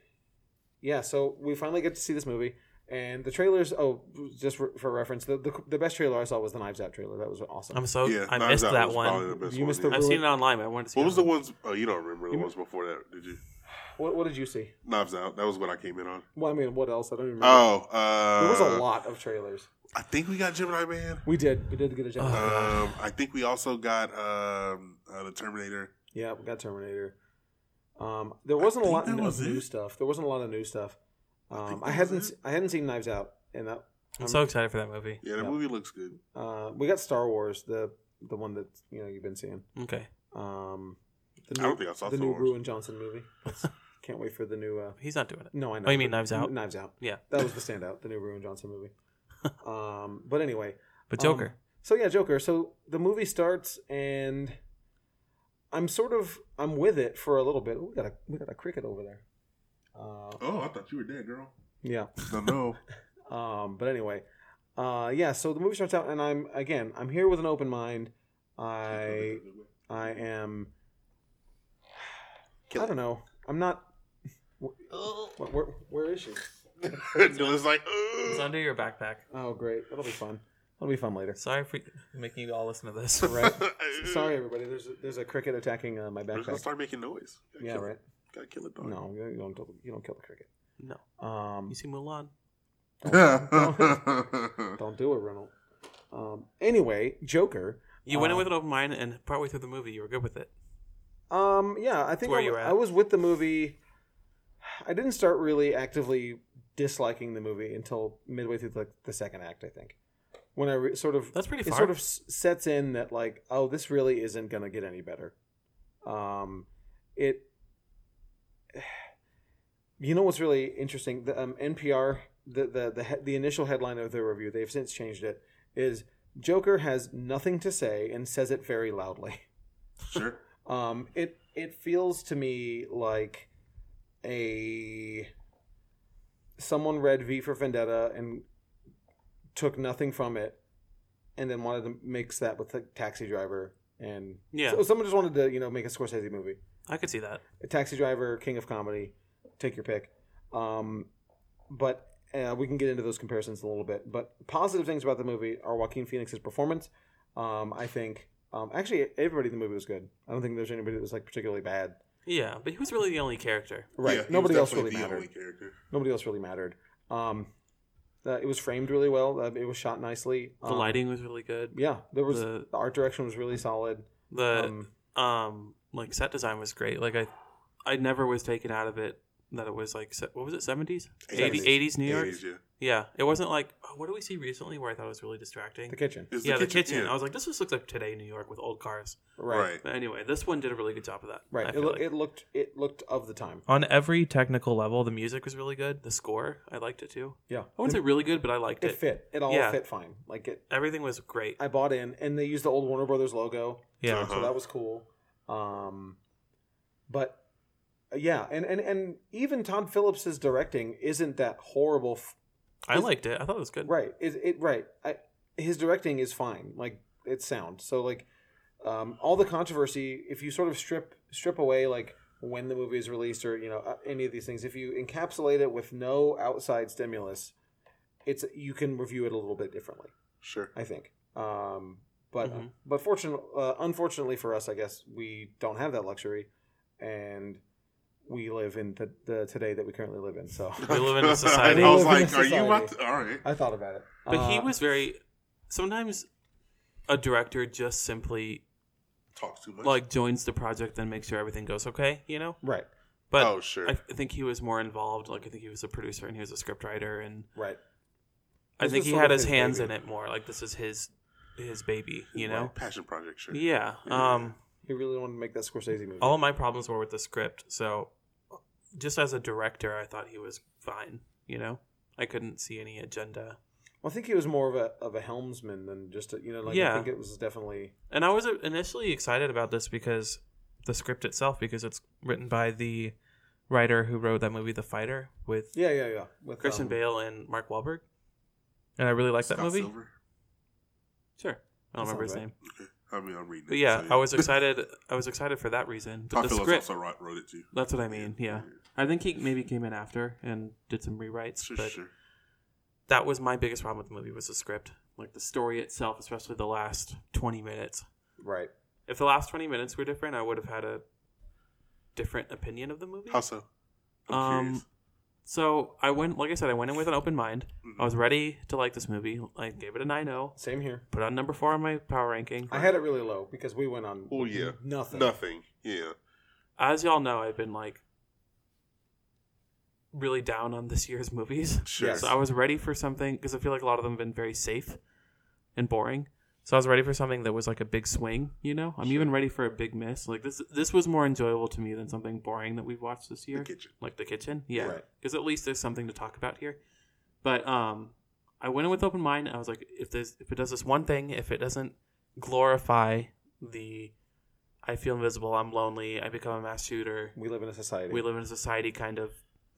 Speaker 1: yeah. So we finally get to see this movie, And the trailers, oh, just for, for reference, the, the the best trailer I saw was the Knives Out trailer. That was awesome.
Speaker 2: I'm so
Speaker 3: yeah,
Speaker 2: I
Speaker 3: Knives
Speaker 2: missed
Speaker 3: Out
Speaker 2: that
Speaker 3: was
Speaker 2: one.
Speaker 3: probably the best
Speaker 1: You
Speaker 3: one,
Speaker 1: missed
Speaker 3: yeah.
Speaker 1: the-
Speaker 2: I've seen it online. But I wanted to see.
Speaker 3: What was
Speaker 2: that
Speaker 3: the ones? Oh, you don't remember the ones before that, did you?
Speaker 1: What, what did you see?
Speaker 3: Knives Out. That was what I came in on.
Speaker 1: Well, I mean, what else? I don't even remember.
Speaker 3: Oh, uh,
Speaker 1: there was a lot of trailers.
Speaker 3: I think we got Gemini Man.
Speaker 1: We did. We did get a Gemini.
Speaker 2: Oh,
Speaker 3: Um, I think we also got um, uh, the Terminator.
Speaker 1: yeah, we got Terminator. Um, there
Speaker 3: I
Speaker 1: wasn't a
Speaker 3: think
Speaker 1: lot
Speaker 3: that was
Speaker 1: of new
Speaker 3: it.
Speaker 1: stuff. There wasn't a lot of new stuff. Um,
Speaker 3: think
Speaker 1: I,
Speaker 3: that was
Speaker 1: hadn't.
Speaker 3: it.
Speaker 1: se- I hadn't seen Knives Out, and that
Speaker 2: I'm so excited for that movie.
Speaker 3: Yeah, the
Speaker 1: Yeah.
Speaker 3: movie looks good.
Speaker 1: uh, we got Star Wars, the the one that you know you've been seeing.
Speaker 2: Okay,
Speaker 1: Um, the
Speaker 3: I
Speaker 1: new,
Speaker 3: don't think I saw
Speaker 1: the
Speaker 3: Star
Speaker 1: new
Speaker 3: Wars.
Speaker 1: Ruin Johnson movie. That's- can't wait for the new. Uh,
Speaker 2: he's not doing it.
Speaker 1: no, I know.
Speaker 2: Oh, you mean
Speaker 1: but-
Speaker 2: Knives Out?
Speaker 1: Knives Out.
Speaker 2: Yeah,
Speaker 1: That was the standout. The new Ruin Johnson movie. Um, but anyway,
Speaker 2: but
Speaker 1: Um,
Speaker 2: Joker.
Speaker 1: so yeah, Joker. So the movie starts, and I'm sort of I'm with it for a little bit. Ooh, we got a we got a cricket over there. Uh,
Speaker 3: Oh, I thought you were dead, girl.
Speaker 1: yeah.
Speaker 3: No, no.
Speaker 1: Um, but anyway, uh, yeah. So the movie starts out, and I'm again I'm here with an open mind. I I am. I don't know. I'm not. Where, where, where is she?
Speaker 3: Dylan's like,
Speaker 2: it's
Speaker 3: "Ugh."
Speaker 2: under your backpack.
Speaker 1: Oh, great. That'll be fun. That'll be fun later.
Speaker 2: Sorry for making you all listen to this.
Speaker 1: Right. Sorry, everybody. There's a, there's a cricket attacking uh, my
Speaker 3: They're just gonna
Speaker 1: backpack.
Speaker 3: start making noise. Gotta
Speaker 1: Yeah,
Speaker 3: kill it.
Speaker 1: right.
Speaker 3: Gotta kill it, dog.
Speaker 1: No, you you don't you don't kill the cricket.
Speaker 2: No,
Speaker 1: Um,
Speaker 2: you see Mulan.
Speaker 1: don't do it, Ronald. Um, anyway, Joker.
Speaker 2: You went in
Speaker 1: Uh,
Speaker 2: with an open mind, and partway through the movie, you were good with it.
Speaker 1: Um, yeah, I think
Speaker 2: Where
Speaker 1: I,
Speaker 2: you
Speaker 1: w-
Speaker 2: at?
Speaker 1: I was with the movie. I didn't start really actively disliking the movie until midway through like the second act. I think when I re- sort of
Speaker 2: That's pretty
Speaker 1: it
Speaker 2: far.
Speaker 1: sort of s- sets in that like oh this really isn't gonna get any better um it you know what's really interesting the um, npr the the the, he- the initial headline of their review they've since changed it is joker has nothing to say and says it very loudly
Speaker 3: sure.
Speaker 1: um, it it feels to me like a someone read V for Vendetta and took nothing from it, and then wanted to mix that with the Taxi Driver and
Speaker 2: Yeah.
Speaker 1: So someone just wanted to you know make a Scorsese movie,
Speaker 2: I could see that.
Speaker 1: a Taxi Driver, King of Comedy, take your pick. Um, but uh, we can get into those comparisons in a little bit. But positive things about the movie are Joaquin Phoenix's performance. Um, I think um, actually everybody in the movie was good. I don't think there's anybody that was like particularly bad.
Speaker 2: Yeah, but he was really the only character.
Speaker 1: Right.
Speaker 3: Yeah, he
Speaker 1: Nobody
Speaker 3: was
Speaker 1: else
Speaker 3: definitely
Speaker 1: really
Speaker 3: the
Speaker 1: mattered.
Speaker 3: only character.
Speaker 1: Nobody else really mattered. Um, uh, it was framed really well. Uh, it was shot nicely.
Speaker 2: The
Speaker 1: Um,
Speaker 2: lighting was really good.
Speaker 1: Yeah, there was the,
Speaker 2: The-
Speaker 1: art direction was really solid.
Speaker 2: The
Speaker 1: um,
Speaker 2: um like set design was great like i i never was taken out of it that it was like se- what was it 70s 80s,
Speaker 3: 70s.
Speaker 2: 80s new york
Speaker 3: 80s, yeah.
Speaker 2: yeah it wasn't like oh, what do we see recently where i thought it was really distracting
Speaker 1: the kitchen,
Speaker 3: It's
Speaker 2: yeah the kitchen,
Speaker 3: yeah.
Speaker 2: i was like this just looks like today new york with old cars
Speaker 1: right,
Speaker 3: right.
Speaker 1: right.
Speaker 2: but anyway this one did a really good job of that I
Speaker 1: It,
Speaker 2: feel
Speaker 1: loo-
Speaker 2: like.
Speaker 1: it looked it looked of the time.
Speaker 2: on every technical level the music was really good the score i liked it too
Speaker 1: Yeah,
Speaker 2: i wouldn't say really good but i liked
Speaker 1: it,
Speaker 2: it,
Speaker 1: fit. It all
Speaker 2: Yeah.
Speaker 1: fit fine. Like it,
Speaker 2: everything was great
Speaker 1: I bought in, and they used the old Warner Brothers logo.
Speaker 2: yeah
Speaker 3: Uh-huh.
Speaker 1: so that was cool. Um, but uh, yeah, and and and even Todd Phillips's directing isn't that horrible. F-
Speaker 2: i liked it i thought it was good
Speaker 1: right? It, it right? I, his directing is fine. Like it's sound. So like um, all the controversy, if you sort of strip strip away like when the movie is released or you know uh, any of these things, if you encapsulate it with no outside stimulus, it's you can review it a little bit differently.
Speaker 3: Sure.
Speaker 1: I think. Um, but
Speaker 2: Mhm.
Speaker 1: but fortunately, uh, unfortunately for us, I guess we don't have that luxury, and we live in the, the today that we currently live in. So
Speaker 2: We live in a society.
Speaker 3: I was
Speaker 1: We live in a
Speaker 3: like, are you about
Speaker 1: society.
Speaker 3: to? All right.
Speaker 1: I thought about it.
Speaker 2: But he
Speaker 1: Uh,
Speaker 2: was very. Sometimes a director just simply
Speaker 3: Talk too much.
Speaker 2: like joins the project and makes sure everything goes okay, you know.
Speaker 1: right,
Speaker 2: But
Speaker 3: oh, sure.
Speaker 2: I think he was more involved. Like I think he was a producer and he was a scriptwriter, and
Speaker 1: right.
Speaker 2: I
Speaker 1: This
Speaker 2: think
Speaker 1: was
Speaker 2: he
Speaker 1: sort
Speaker 2: had
Speaker 1: of
Speaker 2: his
Speaker 1: his
Speaker 2: hands
Speaker 1: baby.
Speaker 2: in it more. Like this is his his baby, you know.
Speaker 3: Right. Passion project, sure.
Speaker 2: Yeah.
Speaker 3: Yeah.
Speaker 2: Um.
Speaker 1: He really wanted to make that Scorsese movie.
Speaker 2: All of my problems were with the script. So, just as a director, I thought he was fine. You know, I couldn't see any agenda.
Speaker 1: I think he was more of a of a helmsman than just a, you know like I
Speaker 2: Yeah.
Speaker 1: think it was definitely
Speaker 2: And I was initially excited about this because the script itself, because it's written by the writer who wrote that movie, The Fighter, with
Speaker 1: yeah yeah yeah with
Speaker 2: Christian
Speaker 1: um,
Speaker 2: Bale and Mark Wahlberg. And I really liked that
Speaker 3: Scott
Speaker 2: movie.
Speaker 3: Silver.
Speaker 2: Sure, I
Speaker 1: That
Speaker 2: don't remember
Speaker 1: sounds right.
Speaker 2: his name,
Speaker 3: Okay. I mean, I'm reading.
Speaker 2: but
Speaker 3: it,
Speaker 2: yeah,
Speaker 3: so
Speaker 2: I was excited. I was excited for that reason. But
Speaker 3: Todd
Speaker 2: the
Speaker 3: Phillips
Speaker 2: script.
Speaker 3: also wrote, wrote it too.
Speaker 2: That's what I mean. Yeah, I think he maybe came in after and did some rewrites,
Speaker 3: Sure,
Speaker 2: but
Speaker 3: sure.
Speaker 2: that was my biggest problem with the movie was the script, like the story itself, especially the last twenty minutes.
Speaker 1: Right.
Speaker 2: If the last twenty minutes were different, I would have had a different opinion of the movie.
Speaker 3: How so? I'm
Speaker 2: Um,
Speaker 3: curious.
Speaker 2: so I went, like I said, I went in with an open mind.
Speaker 3: Mm-hmm.
Speaker 2: I was ready to like this movie. I gave it a oh. 9-0.
Speaker 1: Same here.
Speaker 2: Put it on number four on my power ranking.
Speaker 1: I had it really low because we went on
Speaker 3: Oh yeah.
Speaker 1: nothing.
Speaker 3: Nothing. Yeah.
Speaker 2: As y'all know, I've been like really down on this year's movies.
Speaker 3: Sure.
Speaker 1: Yes.
Speaker 2: So I was ready for something because I feel like a lot of them have been very safe and boring. So I was ready for something that was like a big swing, you know. I'm even ready for a big miss. Like this, this was more enjoyable to me than something boring that we've watched this year.
Speaker 3: The kitchen.
Speaker 2: like the kitchen yeah
Speaker 1: Right.
Speaker 2: because at least there's something to talk about here but um i went in with open mind i was like if there's if it does this one thing if it doesn't glorify the i feel invisible i'm lonely i become a mass shooter
Speaker 1: We live in a society.
Speaker 2: we live in a society kind of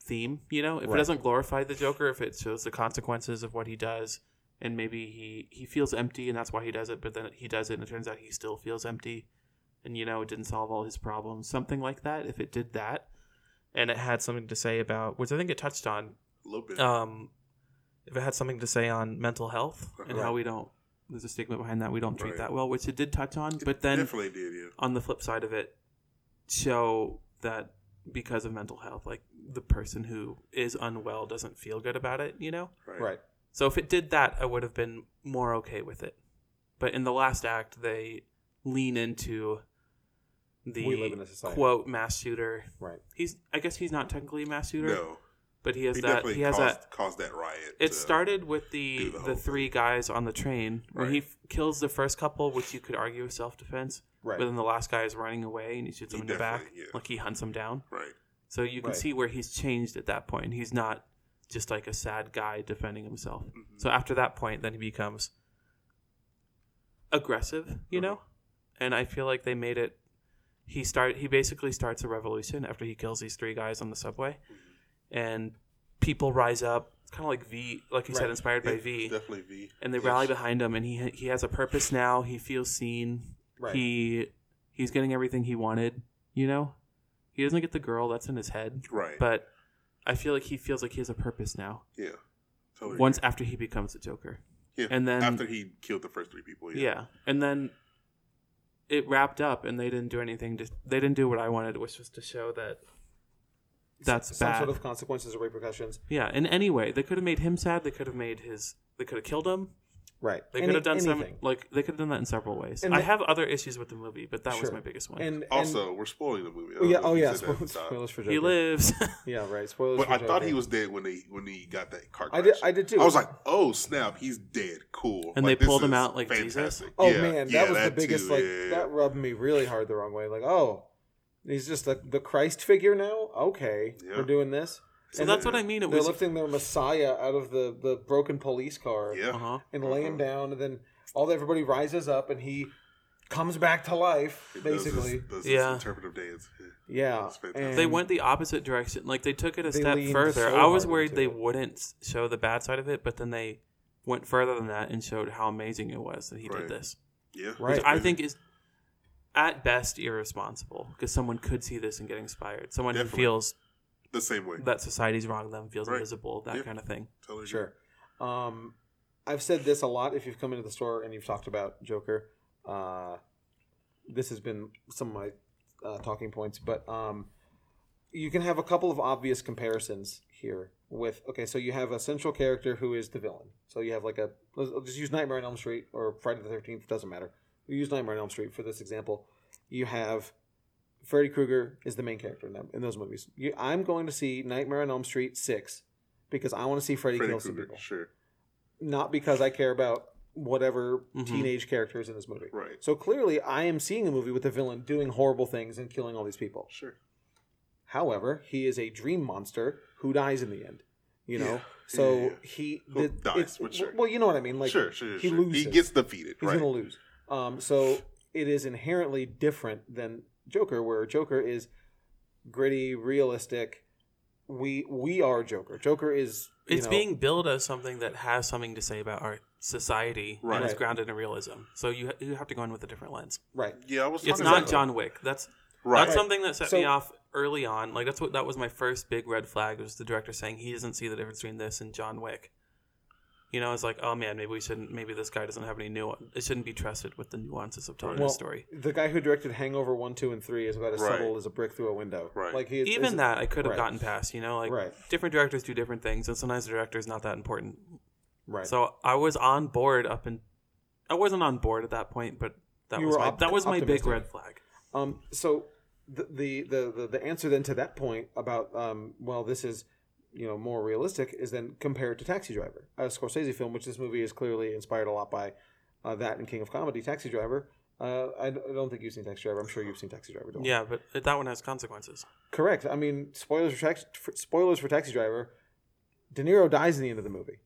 Speaker 2: theme you know if
Speaker 1: Right.
Speaker 2: it doesn't glorify the joker if it shows the consequences of what he does and maybe he he feels empty and that's why he does it but then he does it and it turns out he still feels empty and you know it didn't solve all his problems something like that if it did that and it had something to say about which i think it touched on
Speaker 3: A little bit.
Speaker 2: um if it had something to say on mental health and how
Speaker 1: Right.
Speaker 2: we don't there's a stigma behind that we don't treat
Speaker 3: Right.
Speaker 2: that well which it did touch on but then
Speaker 3: definitely did. Yeah.
Speaker 2: on the flip side of it, show that because of mental health, like the person who is unwell doesn't feel good about it, you know?
Speaker 3: Right.
Speaker 1: Right.
Speaker 2: So if it did that, I would have been more okay with it. But in the last act, they lean into the
Speaker 1: We live in a society.
Speaker 2: quote mass shooter.
Speaker 1: Right.
Speaker 2: He's I guess he's not technically a mass shooter,
Speaker 3: No.
Speaker 2: but he has
Speaker 3: He
Speaker 2: that
Speaker 3: definitely
Speaker 2: he has
Speaker 3: caused,
Speaker 2: that
Speaker 3: caused that riot. uh,
Speaker 2: it
Speaker 3: to-
Speaker 2: started with the
Speaker 3: do the
Speaker 2: the,
Speaker 3: whole thing.
Speaker 2: three guys on the train where he
Speaker 3: Right.
Speaker 2: f- kills the first couple, which you could argue is self defense.
Speaker 1: Right.
Speaker 2: But then the last guy is running away and he shoots
Speaker 3: He
Speaker 2: him in the back,
Speaker 3: definitely- yeah.
Speaker 2: like he hunts him down.
Speaker 3: Right.
Speaker 2: So you can
Speaker 1: Right.
Speaker 2: see where he's changed at that point. He's not just like a sad guy defending himself.
Speaker 3: Mm-hmm.
Speaker 2: So after that point, then he becomes aggressive, you
Speaker 3: Uh-huh.
Speaker 2: know. And I feel like they made it. He start. He basically starts a revolution after he kills these three guys on the subway,
Speaker 3: Mm-hmm.
Speaker 2: and people rise up. It's kind of like V, like you said,
Speaker 1: Right.
Speaker 2: inspired by
Speaker 3: It-
Speaker 2: V
Speaker 3: Definitely V.
Speaker 2: and they
Speaker 3: Yes.
Speaker 2: rally behind him and he he has a purpose now he feels seen
Speaker 1: Right.
Speaker 2: he he's getting everything he wanted you know he doesn't get the girl that's in his head
Speaker 3: Right.
Speaker 2: but i feel like he feels like he has a purpose now
Speaker 3: yeah.
Speaker 1: Oh,
Speaker 3: Totally.
Speaker 2: once after he becomes the joker
Speaker 3: yeah.
Speaker 2: and then-
Speaker 3: after he killed the first three
Speaker 1: Oh,
Speaker 3: people.
Speaker 2: yeah.
Speaker 3: Yeah.
Speaker 2: and then it wrapped up and they didn't do anything to, they didn't do what i wanted which was to show that that's
Speaker 1: Some
Speaker 2: bad
Speaker 1: sort of consequences or repercussions.
Speaker 2: yeah in any way they could have made him sad they could have made his they could have killed him
Speaker 1: Right.
Speaker 2: They
Speaker 1: Any-
Speaker 2: could have done some
Speaker 1: anything.
Speaker 2: like they could have done that in several ways.
Speaker 1: And
Speaker 2: I
Speaker 1: the-
Speaker 2: have other issues with the movie, but that was
Speaker 1: Sure.
Speaker 2: my biggest one.
Speaker 1: And, and
Speaker 3: Also, we're spoiling the movie. I
Speaker 1: oh
Speaker 3: don't
Speaker 1: yeah,
Speaker 3: know
Speaker 1: oh
Speaker 3: if you
Speaker 1: yeah.
Speaker 3: said that at the
Speaker 1: Spoilers,
Speaker 3: top.
Speaker 1: spoilers for Joker.
Speaker 2: he lives.
Speaker 1: Yeah, right. Spoilers.
Speaker 3: But
Speaker 1: for
Speaker 3: I thought
Speaker 1: Joker.
Speaker 3: he was dead when they when he got that car crash.
Speaker 1: I did. I did too.
Speaker 3: I was like, oh snap, he's dead. Cool.
Speaker 2: And
Speaker 3: Like,
Speaker 2: they
Speaker 3: this
Speaker 2: pulled him
Speaker 3: is
Speaker 2: out like Jesus?
Speaker 1: Oh
Speaker 3: Yeah,
Speaker 1: man, that
Speaker 3: yeah,
Speaker 1: was the biggest
Speaker 3: too,
Speaker 1: like
Speaker 3: yeah.
Speaker 1: that rubbed me really hard the wrong way. Like, oh, he's just the the Christ figure now. Okay,
Speaker 3: Yeah.
Speaker 1: we're doing this.
Speaker 2: so
Speaker 1: And
Speaker 2: that's what I mean. It
Speaker 1: They're
Speaker 2: was
Speaker 1: lifting their Messiah out of the the broken police car
Speaker 3: Yeah.
Speaker 2: uh-huh.
Speaker 1: and
Speaker 3: Mm-hmm.
Speaker 1: laying down, and then all everybody rises up, and he comes back to life,
Speaker 3: It does this-
Speaker 1: basically.
Speaker 3: does this
Speaker 2: Yeah.
Speaker 3: interpretive dance. Yeah.
Speaker 1: Yeah,
Speaker 3: It's fantastic.
Speaker 1: and-
Speaker 2: they went the opposite direction. Like they took it a
Speaker 1: They
Speaker 2: step
Speaker 1: leaned
Speaker 2: further.
Speaker 1: so
Speaker 2: I was
Speaker 1: hard
Speaker 2: worried
Speaker 1: into
Speaker 2: they
Speaker 1: it.
Speaker 2: wouldn't s- show the bad side of it, but then they went further than that and showed how amazing it was that he did
Speaker 3: Right.
Speaker 2: this.
Speaker 3: Yeah.
Speaker 1: Right.
Speaker 2: I think is at best irresponsible because someone could see this and get inspired. Someone who
Speaker 3: Definitely.
Speaker 2: feels
Speaker 3: the same way.
Speaker 2: that society's wrong them, feels
Speaker 3: Right.
Speaker 2: invisible, that
Speaker 3: Yeah.
Speaker 2: kind of thing.
Speaker 3: Totally
Speaker 1: Sure. Um, I've said this a lot. If you've come into the store and you've talked about Joker, uh, this has been some of my uh, talking points. But um, you can have a couple of obvious comparisons here. With okay, so you have a central character who is the villain. So you have like a let's I'll just use Nightmare on Elm Street or Friday the Thirteenth. Doesn't matter. We use Nightmare on Elm Street for this example. You have Freddy Krueger is the main character in, that, in those movies. You, I'm going to see Nightmare on Elm Street six because I want to see Freddy,
Speaker 3: Freddy
Speaker 1: kill some
Speaker 3: Krueger,
Speaker 1: people
Speaker 3: Sure.
Speaker 1: not because I care about whatever
Speaker 3: Mm-hmm.
Speaker 2: Mhm.
Speaker 1: teenage characters in this movie.
Speaker 3: Right.
Speaker 1: So clearly, I am seeing a movie with a villain doing horrible things and killing all these people.
Speaker 3: Sure.
Speaker 1: However, he is a dream monster who dies in the end. You know,
Speaker 3: Yeah,
Speaker 1: so
Speaker 3: yeah, yeah.
Speaker 1: he
Speaker 3: Who
Speaker 1: it-
Speaker 3: dies,
Speaker 1: it's-
Speaker 3: but sure.
Speaker 1: Well, you know what I mean. Like
Speaker 3: sure. Sure.
Speaker 1: he
Speaker 3: sure.
Speaker 1: loses.
Speaker 3: He gets defeated.
Speaker 1: he's
Speaker 3: right.
Speaker 1: gonna lose. Um, so it is inherently different than Joker, where Joker is gritty, realistic. We we are Joker. Joker is you
Speaker 2: it's
Speaker 1: know,
Speaker 2: being billed as something that has something to say about our society
Speaker 3: Right.
Speaker 2: and is
Speaker 1: Right.
Speaker 2: grounded in realism. So you you have to go in with a different lens.
Speaker 1: right.
Speaker 3: Yeah. I was.
Speaker 2: It's
Speaker 3: talking
Speaker 2: not
Speaker 3: about-
Speaker 2: John Wick. That's
Speaker 3: Right.
Speaker 2: that's something that set
Speaker 1: So-
Speaker 2: me off early on. Like that's what that was my first big red flag was the director saying he doesn't see the difference between this and John Wick. You know, it's like, oh man, maybe we shouldn't. Maybe this guy doesn't have any nuance. It shouldn't be trusted with the nuances of telling
Speaker 1: Well,
Speaker 2: the story.
Speaker 1: The guy who directed Hangover One, Two, and Three is about as
Speaker 3: Right.
Speaker 1: subtle as a brick through a window.
Speaker 3: Right.
Speaker 1: Like he,
Speaker 2: Even
Speaker 1: is-
Speaker 2: that, I could have
Speaker 1: right.
Speaker 2: gotten past. You know, like
Speaker 1: Right.
Speaker 2: different directors do different things, and sometimes the director is not that important.
Speaker 1: Right.
Speaker 2: So I was on board up in. I wasn't on board at that point, but that
Speaker 1: You
Speaker 2: was
Speaker 1: were
Speaker 2: my,
Speaker 1: op-
Speaker 2: that was my big
Speaker 1: optimistic.
Speaker 2: red flag.
Speaker 1: Um, so the, the the the the answer then to that point about um, well, this is you know more realistic is then compare it to Taxi Driver, a Scorsese film, which this movie is clearly inspired a lot by uh, that and King of Comedy, Taxi Driver. Uh, I d- I don't think you've seen Taxi Driver. I'm sure you've seen Taxi Driver. Don't you?
Speaker 2: Yeah, but that one has consequences.
Speaker 1: Correct. I mean, spoilers for, tax, for spoilers for Taxi Driver. De Niro dies at the end of the movie,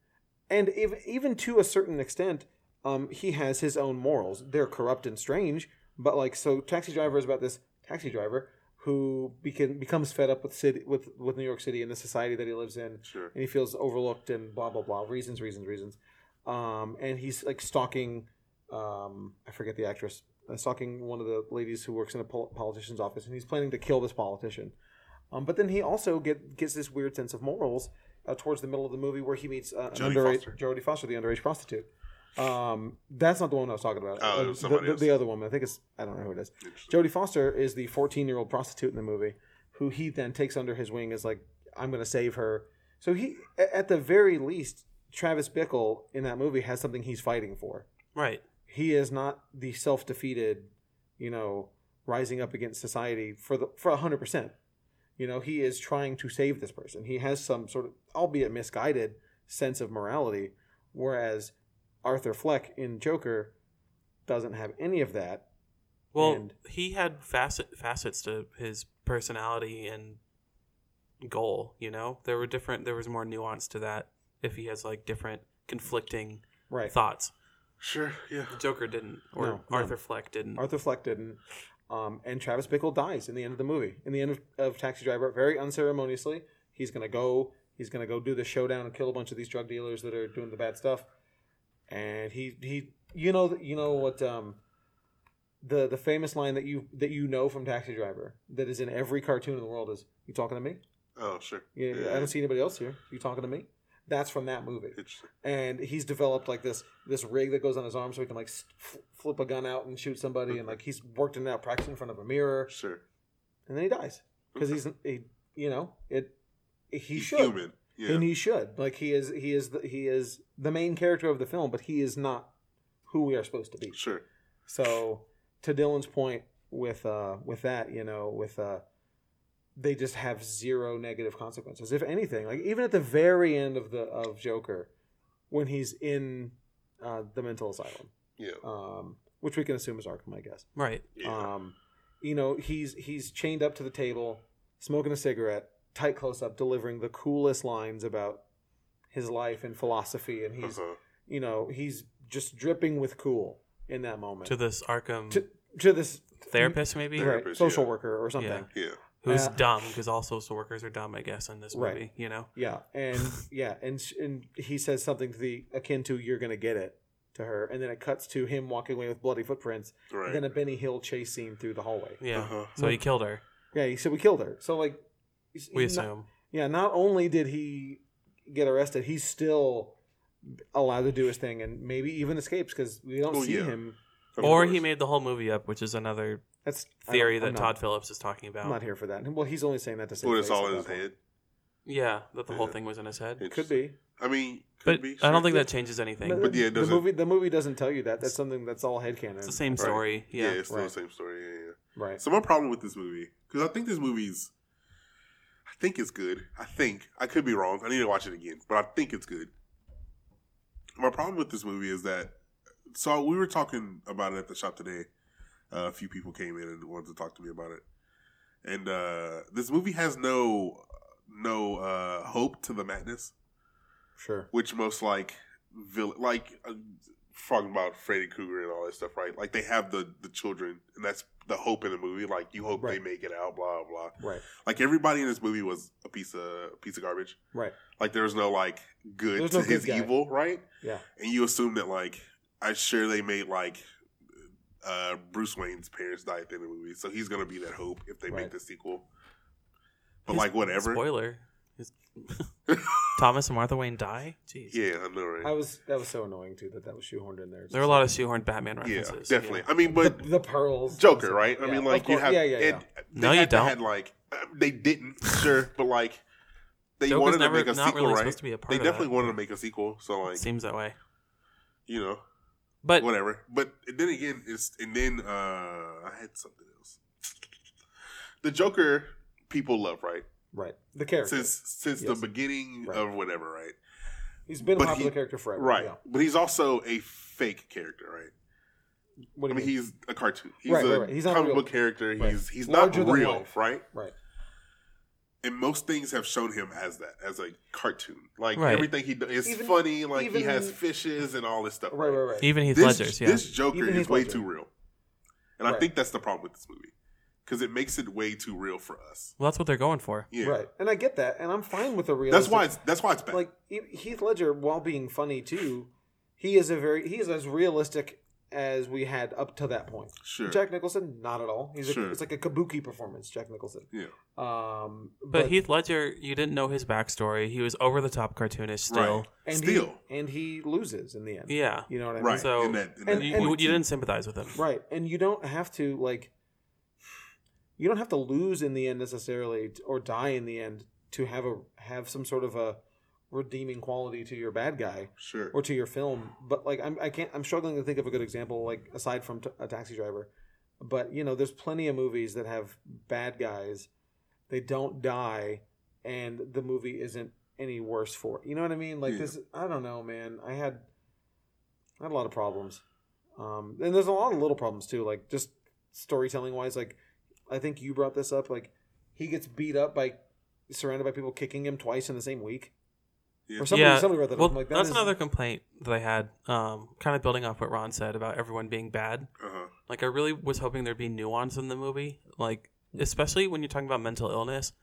Speaker 1: and if, even to a certain extent, um, he has his own morals. They're corrupt and strange, but like so, Taxi Driver is about this taxi driver who became, becomes fed up with city with with New York City and the society that he lives in,
Speaker 3: Sure.
Speaker 1: and he feels overlooked and blah blah blah. Reasons, reasons, reasons. Um, and he's like stalking. Um, I forget the actress. Uh, stalking one of the ladies who works in a pol- politician's office, and he's planning to kill this politician. Um, but then he also get, gets this weird sense of morals uh, towards the middle of the movie where he meets uh, an
Speaker 3: Jodie
Speaker 1: underage,
Speaker 3: Foster.
Speaker 1: Jodie Foster, the underage prostitute. Um, that's not the one I was talking about.
Speaker 3: Oh, it
Speaker 1: Uh,
Speaker 3: was
Speaker 1: the,
Speaker 3: somebody
Speaker 1: the,
Speaker 3: else.
Speaker 1: the other woman. I think it's I don't know who it is. Jodie Foster is the 14 year old prostitute in the movie, who he then takes under his wing as like I'm going to save her. So he, a- at the very least, Travis Bickle in that movie has something he's fighting for
Speaker 2: Right.
Speaker 1: he is not the self defeated, you know, rising up against society for the for hundred percent. You know, he is trying to save this person. He has some sort of, albeit misguided, sense of morality, whereas Arthur Fleck in Joker doesn't have any of that.
Speaker 2: Well,
Speaker 1: And-
Speaker 2: he had facet facets to his personality and goal. You know, there were different. There was more nuance to that. If he has like different conflicting
Speaker 1: Right.
Speaker 2: thoughts,
Speaker 3: Sure. Yeah.
Speaker 2: Joker didn't, or
Speaker 1: No, no.
Speaker 2: Arthur Fleck didn't.
Speaker 1: Arthur Fleck didn't. Um, and Travis Bickle dies in the end of the movie. In the end of, of Taxi Driver, very unceremoniously, he's gonna go. He's gonna go do the showdown and kill a bunch of these drug dealers that are doing the bad stuff. And he he, you know you know what um, the the famous line that you that you know from Taxi Driver that is in every cartoon in the world is "You talking to me?
Speaker 3: Oh, sure.
Speaker 1: Yeah, I don't see anybody else here. You talking to me?" That's from that movie
Speaker 3: Interesting.
Speaker 1: and he's developed like this this rig that goes on his arm so he can like s- f- flip a gun out and shoot somebody and like he's worked it out practicing in front of a mirror
Speaker 3: Sure.
Speaker 1: and then he dies because he's he, you know it he
Speaker 3: He's
Speaker 1: should
Speaker 3: human. Yeah.
Speaker 1: and he should like he is he is the, he is the main character of the film but he is not who we are supposed to be
Speaker 3: sure.
Speaker 1: so to Dylan's point with uh with that, you know, with uh they just have zero negative consequences. If anything, like even at the very end of the of Joker, when he's in uh the mental asylum,
Speaker 3: Yeah.
Speaker 1: um, which we can assume is Arkham, I guess.
Speaker 2: right.
Speaker 3: Yeah.
Speaker 1: Um you know, he's he's chained up to the table, smoking a cigarette, tight close up, delivering the coolest lines about his life and philosophy and he's
Speaker 3: uh-huh.
Speaker 1: you know, he's just dripping with cool in that moment
Speaker 2: To this Arkham
Speaker 1: to to this
Speaker 2: therapist, maybe,
Speaker 1: right,
Speaker 3: Therapist,
Speaker 1: social
Speaker 3: yeah.
Speaker 1: worker or something.
Speaker 3: Yeah.
Speaker 2: who's
Speaker 1: Uh,
Speaker 2: dumb because all social workers are dumb, I guess, in this movie.
Speaker 1: Right.
Speaker 2: You know.
Speaker 1: Yeah, and yeah, and sh- and he says something to the akin to "You're gonna get it" to her, and then it cuts to him walking away with bloody footprints,
Speaker 3: Right.
Speaker 1: and then a Benny Hill chase scene through the hallway.
Speaker 2: Yeah.
Speaker 3: Uh-huh.
Speaker 2: So he killed her.
Speaker 1: Yeah, he said we killed her. So like, he's-
Speaker 2: We
Speaker 1: he's not-
Speaker 2: assume.
Speaker 1: yeah, not only did he get arrested, he's still allowed to do his thing, and maybe even escapes because we don't
Speaker 3: Oh,
Speaker 1: see
Speaker 3: yeah.
Speaker 1: him.
Speaker 3: Of
Speaker 2: Or
Speaker 3: course.
Speaker 2: he made the whole movie up, which is another
Speaker 1: That's I don't-
Speaker 2: theory
Speaker 1: I'm
Speaker 2: that
Speaker 1: not-
Speaker 2: Todd Phillips is talking about.
Speaker 1: I'm not here for that. Well, he's only saying that to say
Speaker 3: Well, it's
Speaker 1: face
Speaker 3: all
Speaker 1: at
Speaker 3: in
Speaker 1: that
Speaker 3: his
Speaker 1: point.
Speaker 3: head.
Speaker 2: Yeah, that the whole
Speaker 3: Yeah.
Speaker 2: thing was in his head.
Speaker 1: Could be.
Speaker 3: I mean,
Speaker 2: But
Speaker 3: could be,
Speaker 2: I
Speaker 3: sure.
Speaker 2: don't think that changes anything.
Speaker 1: No,
Speaker 3: But yeah, it
Speaker 1: the
Speaker 3: doesn't-
Speaker 1: movie the movie doesn't tell you that. That's something that's all headcanon.
Speaker 2: it's the same
Speaker 3: Right.
Speaker 2: story.
Speaker 3: Yeah,
Speaker 2: Yeah.
Speaker 3: it's still
Speaker 1: right.
Speaker 3: the same story. Yeah, yeah.
Speaker 1: Right.
Speaker 3: So my problem with this movie, because I think this movie's, I think it's good. I think I could be wrong. I need to watch it again, but I think it's good. My problem with this movie is that, so we were talking about it at the shop today. Uh, a few people came in and wanted to talk to me about it, and uh, this movie has no, no uh, hope to the madness,
Speaker 1: Sure.
Speaker 3: which most like, vill- like. Uh, Talking about Freddy Krueger and all that stuff, right? Like they have the the children, and that's the hope in the movie. Like you hope
Speaker 1: Right.
Speaker 3: they make it out, blah blah.
Speaker 1: Right.
Speaker 3: Like everybody in this movie was a piece of piece of garbage.
Speaker 1: Right.
Speaker 3: Like there was no like good
Speaker 1: There's
Speaker 3: to
Speaker 1: no good
Speaker 3: his
Speaker 1: guy.
Speaker 3: evil, right?
Speaker 1: Yeah.
Speaker 3: And you assume that like I'm sure they made like uh Bruce Wayne's parents die at the end of the movie, so he's gonna be that hope if they
Speaker 1: Right.
Speaker 3: make the sequel. But
Speaker 2: His-
Speaker 3: like whatever,
Speaker 2: Spoiler. Thomas and Martha Wayne die? Jeez.
Speaker 3: Yeah, I know, right?
Speaker 1: I was that was so annoying too that that was shoehorned in there.
Speaker 2: There are a lot of shoehorned Batman
Speaker 3: yeah,
Speaker 2: references.
Speaker 3: definitely. I mean, but
Speaker 1: the pearls.
Speaker 3: Joker, right? I
Speaker 1: Yeah,
Speaker 3: mean,
Speaker 1: of
Speaker 3: like you
Speaker 1: course.
Speaker 3: have.
Speaker 1: Yeah, yeah, yeah.
Speaker 3: and they
Speaker 2: No, you
Speaker 3: had to
Speaker 2: don't.
Speaker 3: Had, like uh, they didn't, sure, but like they
Speaker 2: Joker's
Speaker 3: wanted
Speaker 2: never-
Speaker 3: to make a
Speaker 2: not
Speaker 3: sequel,
Speaker 2: really
Speaker 3: right?
Speaker 2: supposed to be a part
Speaker 3: they
Speaker 2: of
Speaker 3: definitely
Speaker 2: that.
Speaker 3: wanted to make a sequel, so like
Speaker 2: Seems that way.
Speaker 3: you know,
Speaker 2: But
Speaker 3: whatever. But then again, it's and then uh I had something else. The Joker people love, right?
Speaker 1: Right. The character.
Speaker 3: Since since
Speaker 1: Yes.
Speaker 3: the beginning
Speaker 1: Right.
Speaker 3: of whatever, right?
Speaker 1: he's been a
Speaker 3: but
Speaker 1: popular
Speaker 3: he-
Speaker 1: character forever.
Speaker 3: Right.
Speaker 1: Yeah.
Speaker 3: But he's also a fake character, right?
Speaker 1: What do
Speaker 3: I
Speaker 1: you
Speaker 3: mean,
Speaker 1: mean?
Speaker 3: he's a cartoon. He's
Speaker 1: Right,
Speaker 3: a
Speaker 1: right, right. He's not
Speaker 3: comic
Speaker 1: real.
Speaker 3: book character.
Speaker 1: Right.
Speaker 3: He's he's
Speaker 1: Larger
Speaker 3: not
Speaker 1: than
Speaker 3: real,
Speaker 1: life.
Speaker 3: right?
Speaker 1: right.
Speaker 3: And most things have shown him as that, as a cartoon. Like
Speaker 2: Right.
Speaker 3: everything he does, it's
Speaker 1: Even-
Speaker 3: funny. Like he
Speaker 1: even-
Speaker 3: has fishes and all this stuff.
Speaker 1: Right. Right. Right.
Speaker 2: even Heath
Speaker 3: This,
Speaker 2: Ledger's, yeah.
Speaker 3: this Joker
Speaker 1: Even
Speaker 3: is
Speaker 1: Heath
Speaker 3: way
Speaker 1: Ledger.
Speaker 3: too real, and I
Speaker 1: Right.
Speaker 3: think that's the problem with this movie because it makes it way too real for us.
Speaker 2: well, that's what they're going for.
Speaker 3: Yeah,
Speaker 1: Right. And I get that, and I'm fine with the realistic.
Speaker 3: that's why it's that's why it's bad.
Speaker 1: like E- Heath Ledger, while being funny too, he is a very he is as realistic as we had up to that point.
Speaker 3: sure,
Speaker 1: Jack Nicholson, not at all. He's a,
Speaker 3: Sure.
Speaker 1: it's like a kabuki performance. Jack Nicholson.
Speaker 3: yeah,
Speaker 1: Um,
Speaker 2: But, Heath Ledger, you didn't know his backstory. He was over the top cartoonish still.
Speaker 3: right.
Speaker 1: and
Speaker 3: Still,
Speaker 1: he, and he loses in the end.
Speaker 2: Yeah.
Speaker 1: You know what I mean?
Speaker 3: right?
Speaker 2: So-
Speaker 3: in that, in
Speaker 1: and-
Speaker 3: that
Speaker 2: You,
Speaker 1: and-
Speaker 2: you
Speaker 3: point, too.
Speaker 2: didn't sympathize with him.
Speaker 1: Right. And you don't have to like you don't have to lose in the end necessarily t- or die in the end to have a have some sort of a redeeming quality to your bad guy
Speaker 3: sure,
Speaker 1: or to your film. But like I'm I can't I'm struggling to think of a good example like aside from t- a taxi driver. But you know, there's plenty of movies that have bad guys. They don't die and the movie isn't any worse for it. You know what I mean? Like
Speaker 3: Yeah.
Speaker 1: this I don't know, man. I had I had a lot of problems. Um and there's a lot of little problems too, like just storytelling wise like I think you brought this up like he gets beat up by surrounded by people kicking him twice in the same week.
Speaker 3: Yeah.
Speaker 1: Or somebody,
Speaker 2: Yeah.
Speaker 1: somebody wrote that. up.
Speaker 2: Well,
Speaker 1: I'm like, that
Speaker 2: that's
Speaker 1: is-
Speaker 2: another complaint that I had, um, kind of building off what Ron said about everyone being bad.
Speaker 3: uh-huh.
Speaker 2: Like, I really was hoping there'd be nuance in the movie. Like, especially when you're talking about mental illness,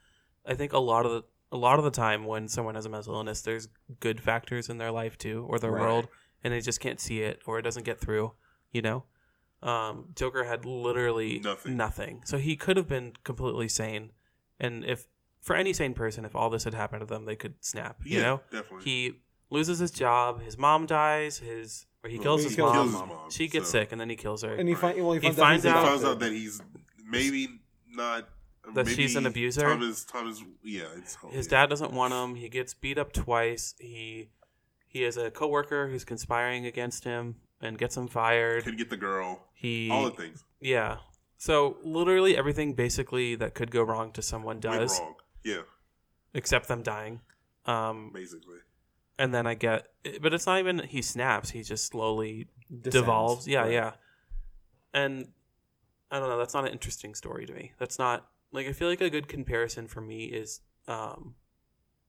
Speaker 2: I think a lot of the a lot of the time when someone has a mental illness, there's good factors in their life too, or their
Speaker 1: Right.
Speaker 2: world, and they just can't see it, or it doesn't get through. You know, um, Joker had literally
Speaker 3: Nothing.
Speaker 2: So he could have been completely sane, and if for any sane person, if all this had happened to them, they could snap. You
Speaker 3: yeah,
Speaker 2: know,
Speaker 3: definitely.
Speaker 2: he loses his job, his mom dies, his or he
Speaker 3: Well,
Speaker 2: kills
Speaker 1: he
Speaker 2: his
Speaker 1: kills
Speaker 2: mom.
Speaker 1: his
Speaker 3: mom,
Speaker 2: she gets
Speaker 3: so-
Speaker 2: sick, and then he kills her.
Speaker 1: And he, find, well, he,
Speaker 2: He
Speaker 1: finds
Speaker 2: finds
Speaker 1: out,
Speaker 3: he
Speaker 1: he's
Speaker 2: out-
Speaker 1: an
Speaker 3: finds
Speaker 1: adopted.
Speaker 3: out that he's maybe not
Speaker 2: That
Speaker 3: maybe
Speaker 2: she's an abuser?
Speaker 3: Thomas, Thomas, yeah, it's oh,
Speaker 2: his
Speaker 3: yeah.
Speaker 2: dad doesn't want him. He gets beat up twice. He he has a coworker who's conspiring against him and gets him fired.
Speaker 3: could get the girl.
Speaker 2: He
Speaker 3: All the things
Speaker 2: yeah. So literally everything basically that could go wrong to someone
Speaker 3: went
Speaker 2: does,
Speaker 3: wrong. Yeah,
Speaker 2: except them dying. Um,
Speaker 3: basically.
Speaker 2: and then I get, but it's not even he snaps. He just slowly
Speaker 1: Descends.
Speaker 2: devolves. Yeah,
Speaker 1: Right.
Speaker 2: yeah. And I don't know. That's not an interesting story to me. That's not like I feel like a good comparison for me is um,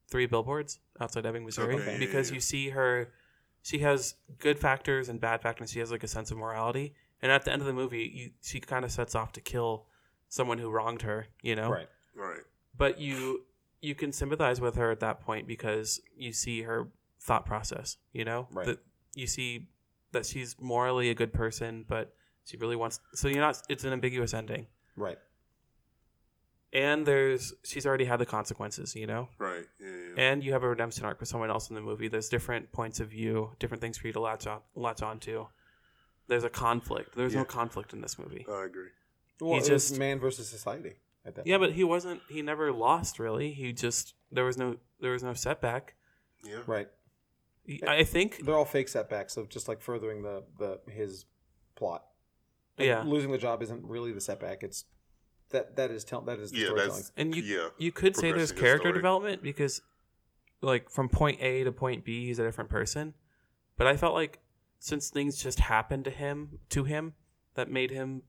Speaker 2: three billboards outside Ebbing, Missouri,
Speaker 3: Okay, yeah,
Speaker 2: because
Speaker 3: yeah,
Speaker 2: you see her. She has good factors and bad factors. She has like a sense of morality, and at the end of the movie, you, she kind of sets off to kill someone who wronged her. You know,
Speaker 1: Right.
Speaker 3: All right.
Speaker 2: but you you can sympathize with her at that point because you see her thought process you know
Speaker 1: Right.
Speaker 2: that you see that she's morally a good person but she really wants so you're not it's an ambiguous ending
Speaker 1: Right.
Speaker 2: and there's she's already had the consequences you know
Speaker 3: Right. Yeah. yeah.
Speaker 2: and you have a redemption arc for someone else in the movie there's different points of view different things for you to latch on latch on to there's a conflict there's no
Speaker 3: Yeah. Uh,
Speaker 2: conflict in this movie
Speaker 3: I agree.
Speaker 1: Well,
Speaker 2: He
Speaker 1: it was
Speaker 2: just-
Speaker 1: man versus society at that.
Speaker 2: yeah
Speaker 1: point.
Speaker 2: but he wasn't he never lost really he just there was no there was no setback
Speaker 3: Yeah.
Speaker 1: right.
Speaker 2: i I think
Speaker 1: They're all fake setbacks of just like furthering the the his plot. Like,
Speaker 2: yeah
Speaker 1: Losing the job isn't really the setback. It's that that is tell that is the
Speaker 3: Yeah, that's-
Speaker 1: storytelling.
Speaker 2: And you
Speaker 3: Yeah,
Speaker 2: you could say there's
Speaker 3: progressing the
Speaker 2: character
Speaker 3: story.
Speaker 2: development because like from point A to point B he's a different person. But I felt like since things just happened to him to him that made him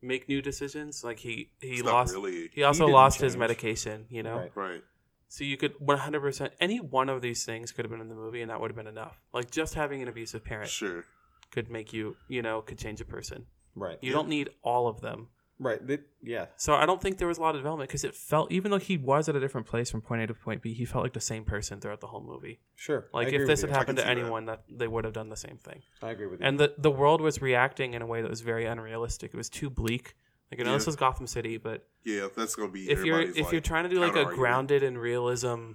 Speaker 2: make new decisions, like he he
Speaker 3: It's not
Speaker 2: lost
Speaker 3: really-
Speaker 2: he also
Speaker 1: didn't
Speaker 2: lost his
Speaker 1: change.
Speaker 2: medication, you know.
Speaker 1: Right.
Speaker 3: Right.
Speaker 2: So you could 100% any one of these things could have been in the movie and that would have been enough. Like just having an abusive parent
Speaker 3: Sure.
Speaker 2: could make you, you know, could change a person.
Speaker 1: Right.
Speaker 2: You don't need all of them.
Speaker 1: Right. They- yeah.
Speaker 2: So I don't think there was a lot of development because it felt, even though he was at a different place from point A to point B, he felt like the same person throughout the whole movie.
Speaker 1: Sure. I
Speaker 2: Like
Speaker 1: agree
Speaker 2: if this
Speaker 1: with you.
Speaker 2: had
Speaker 3: I
Speaker 2: happened
Speaker 3: can
Speaker 2: to
Speaker 3: see that.
Speaker 2: anyone, that. they would have done the same thing.
Speaker 1: I agree with you.
Speaker 2: And the the world was reacting in a way that was very unrealistic. It was too bleak. Like I know this
Speaker 3: Yeah.
Speaker 2: was Gotham City, but
Speaker 3: Yeah, that's gonna be.
Speaker 2: if you're
Speaker 3: everybody's,
Speaker 2: if you're
Speaker 3: like,
Speaker 2: trying to do like a
Speaker 3: counter-argument.
Speaker 2: grounded in realism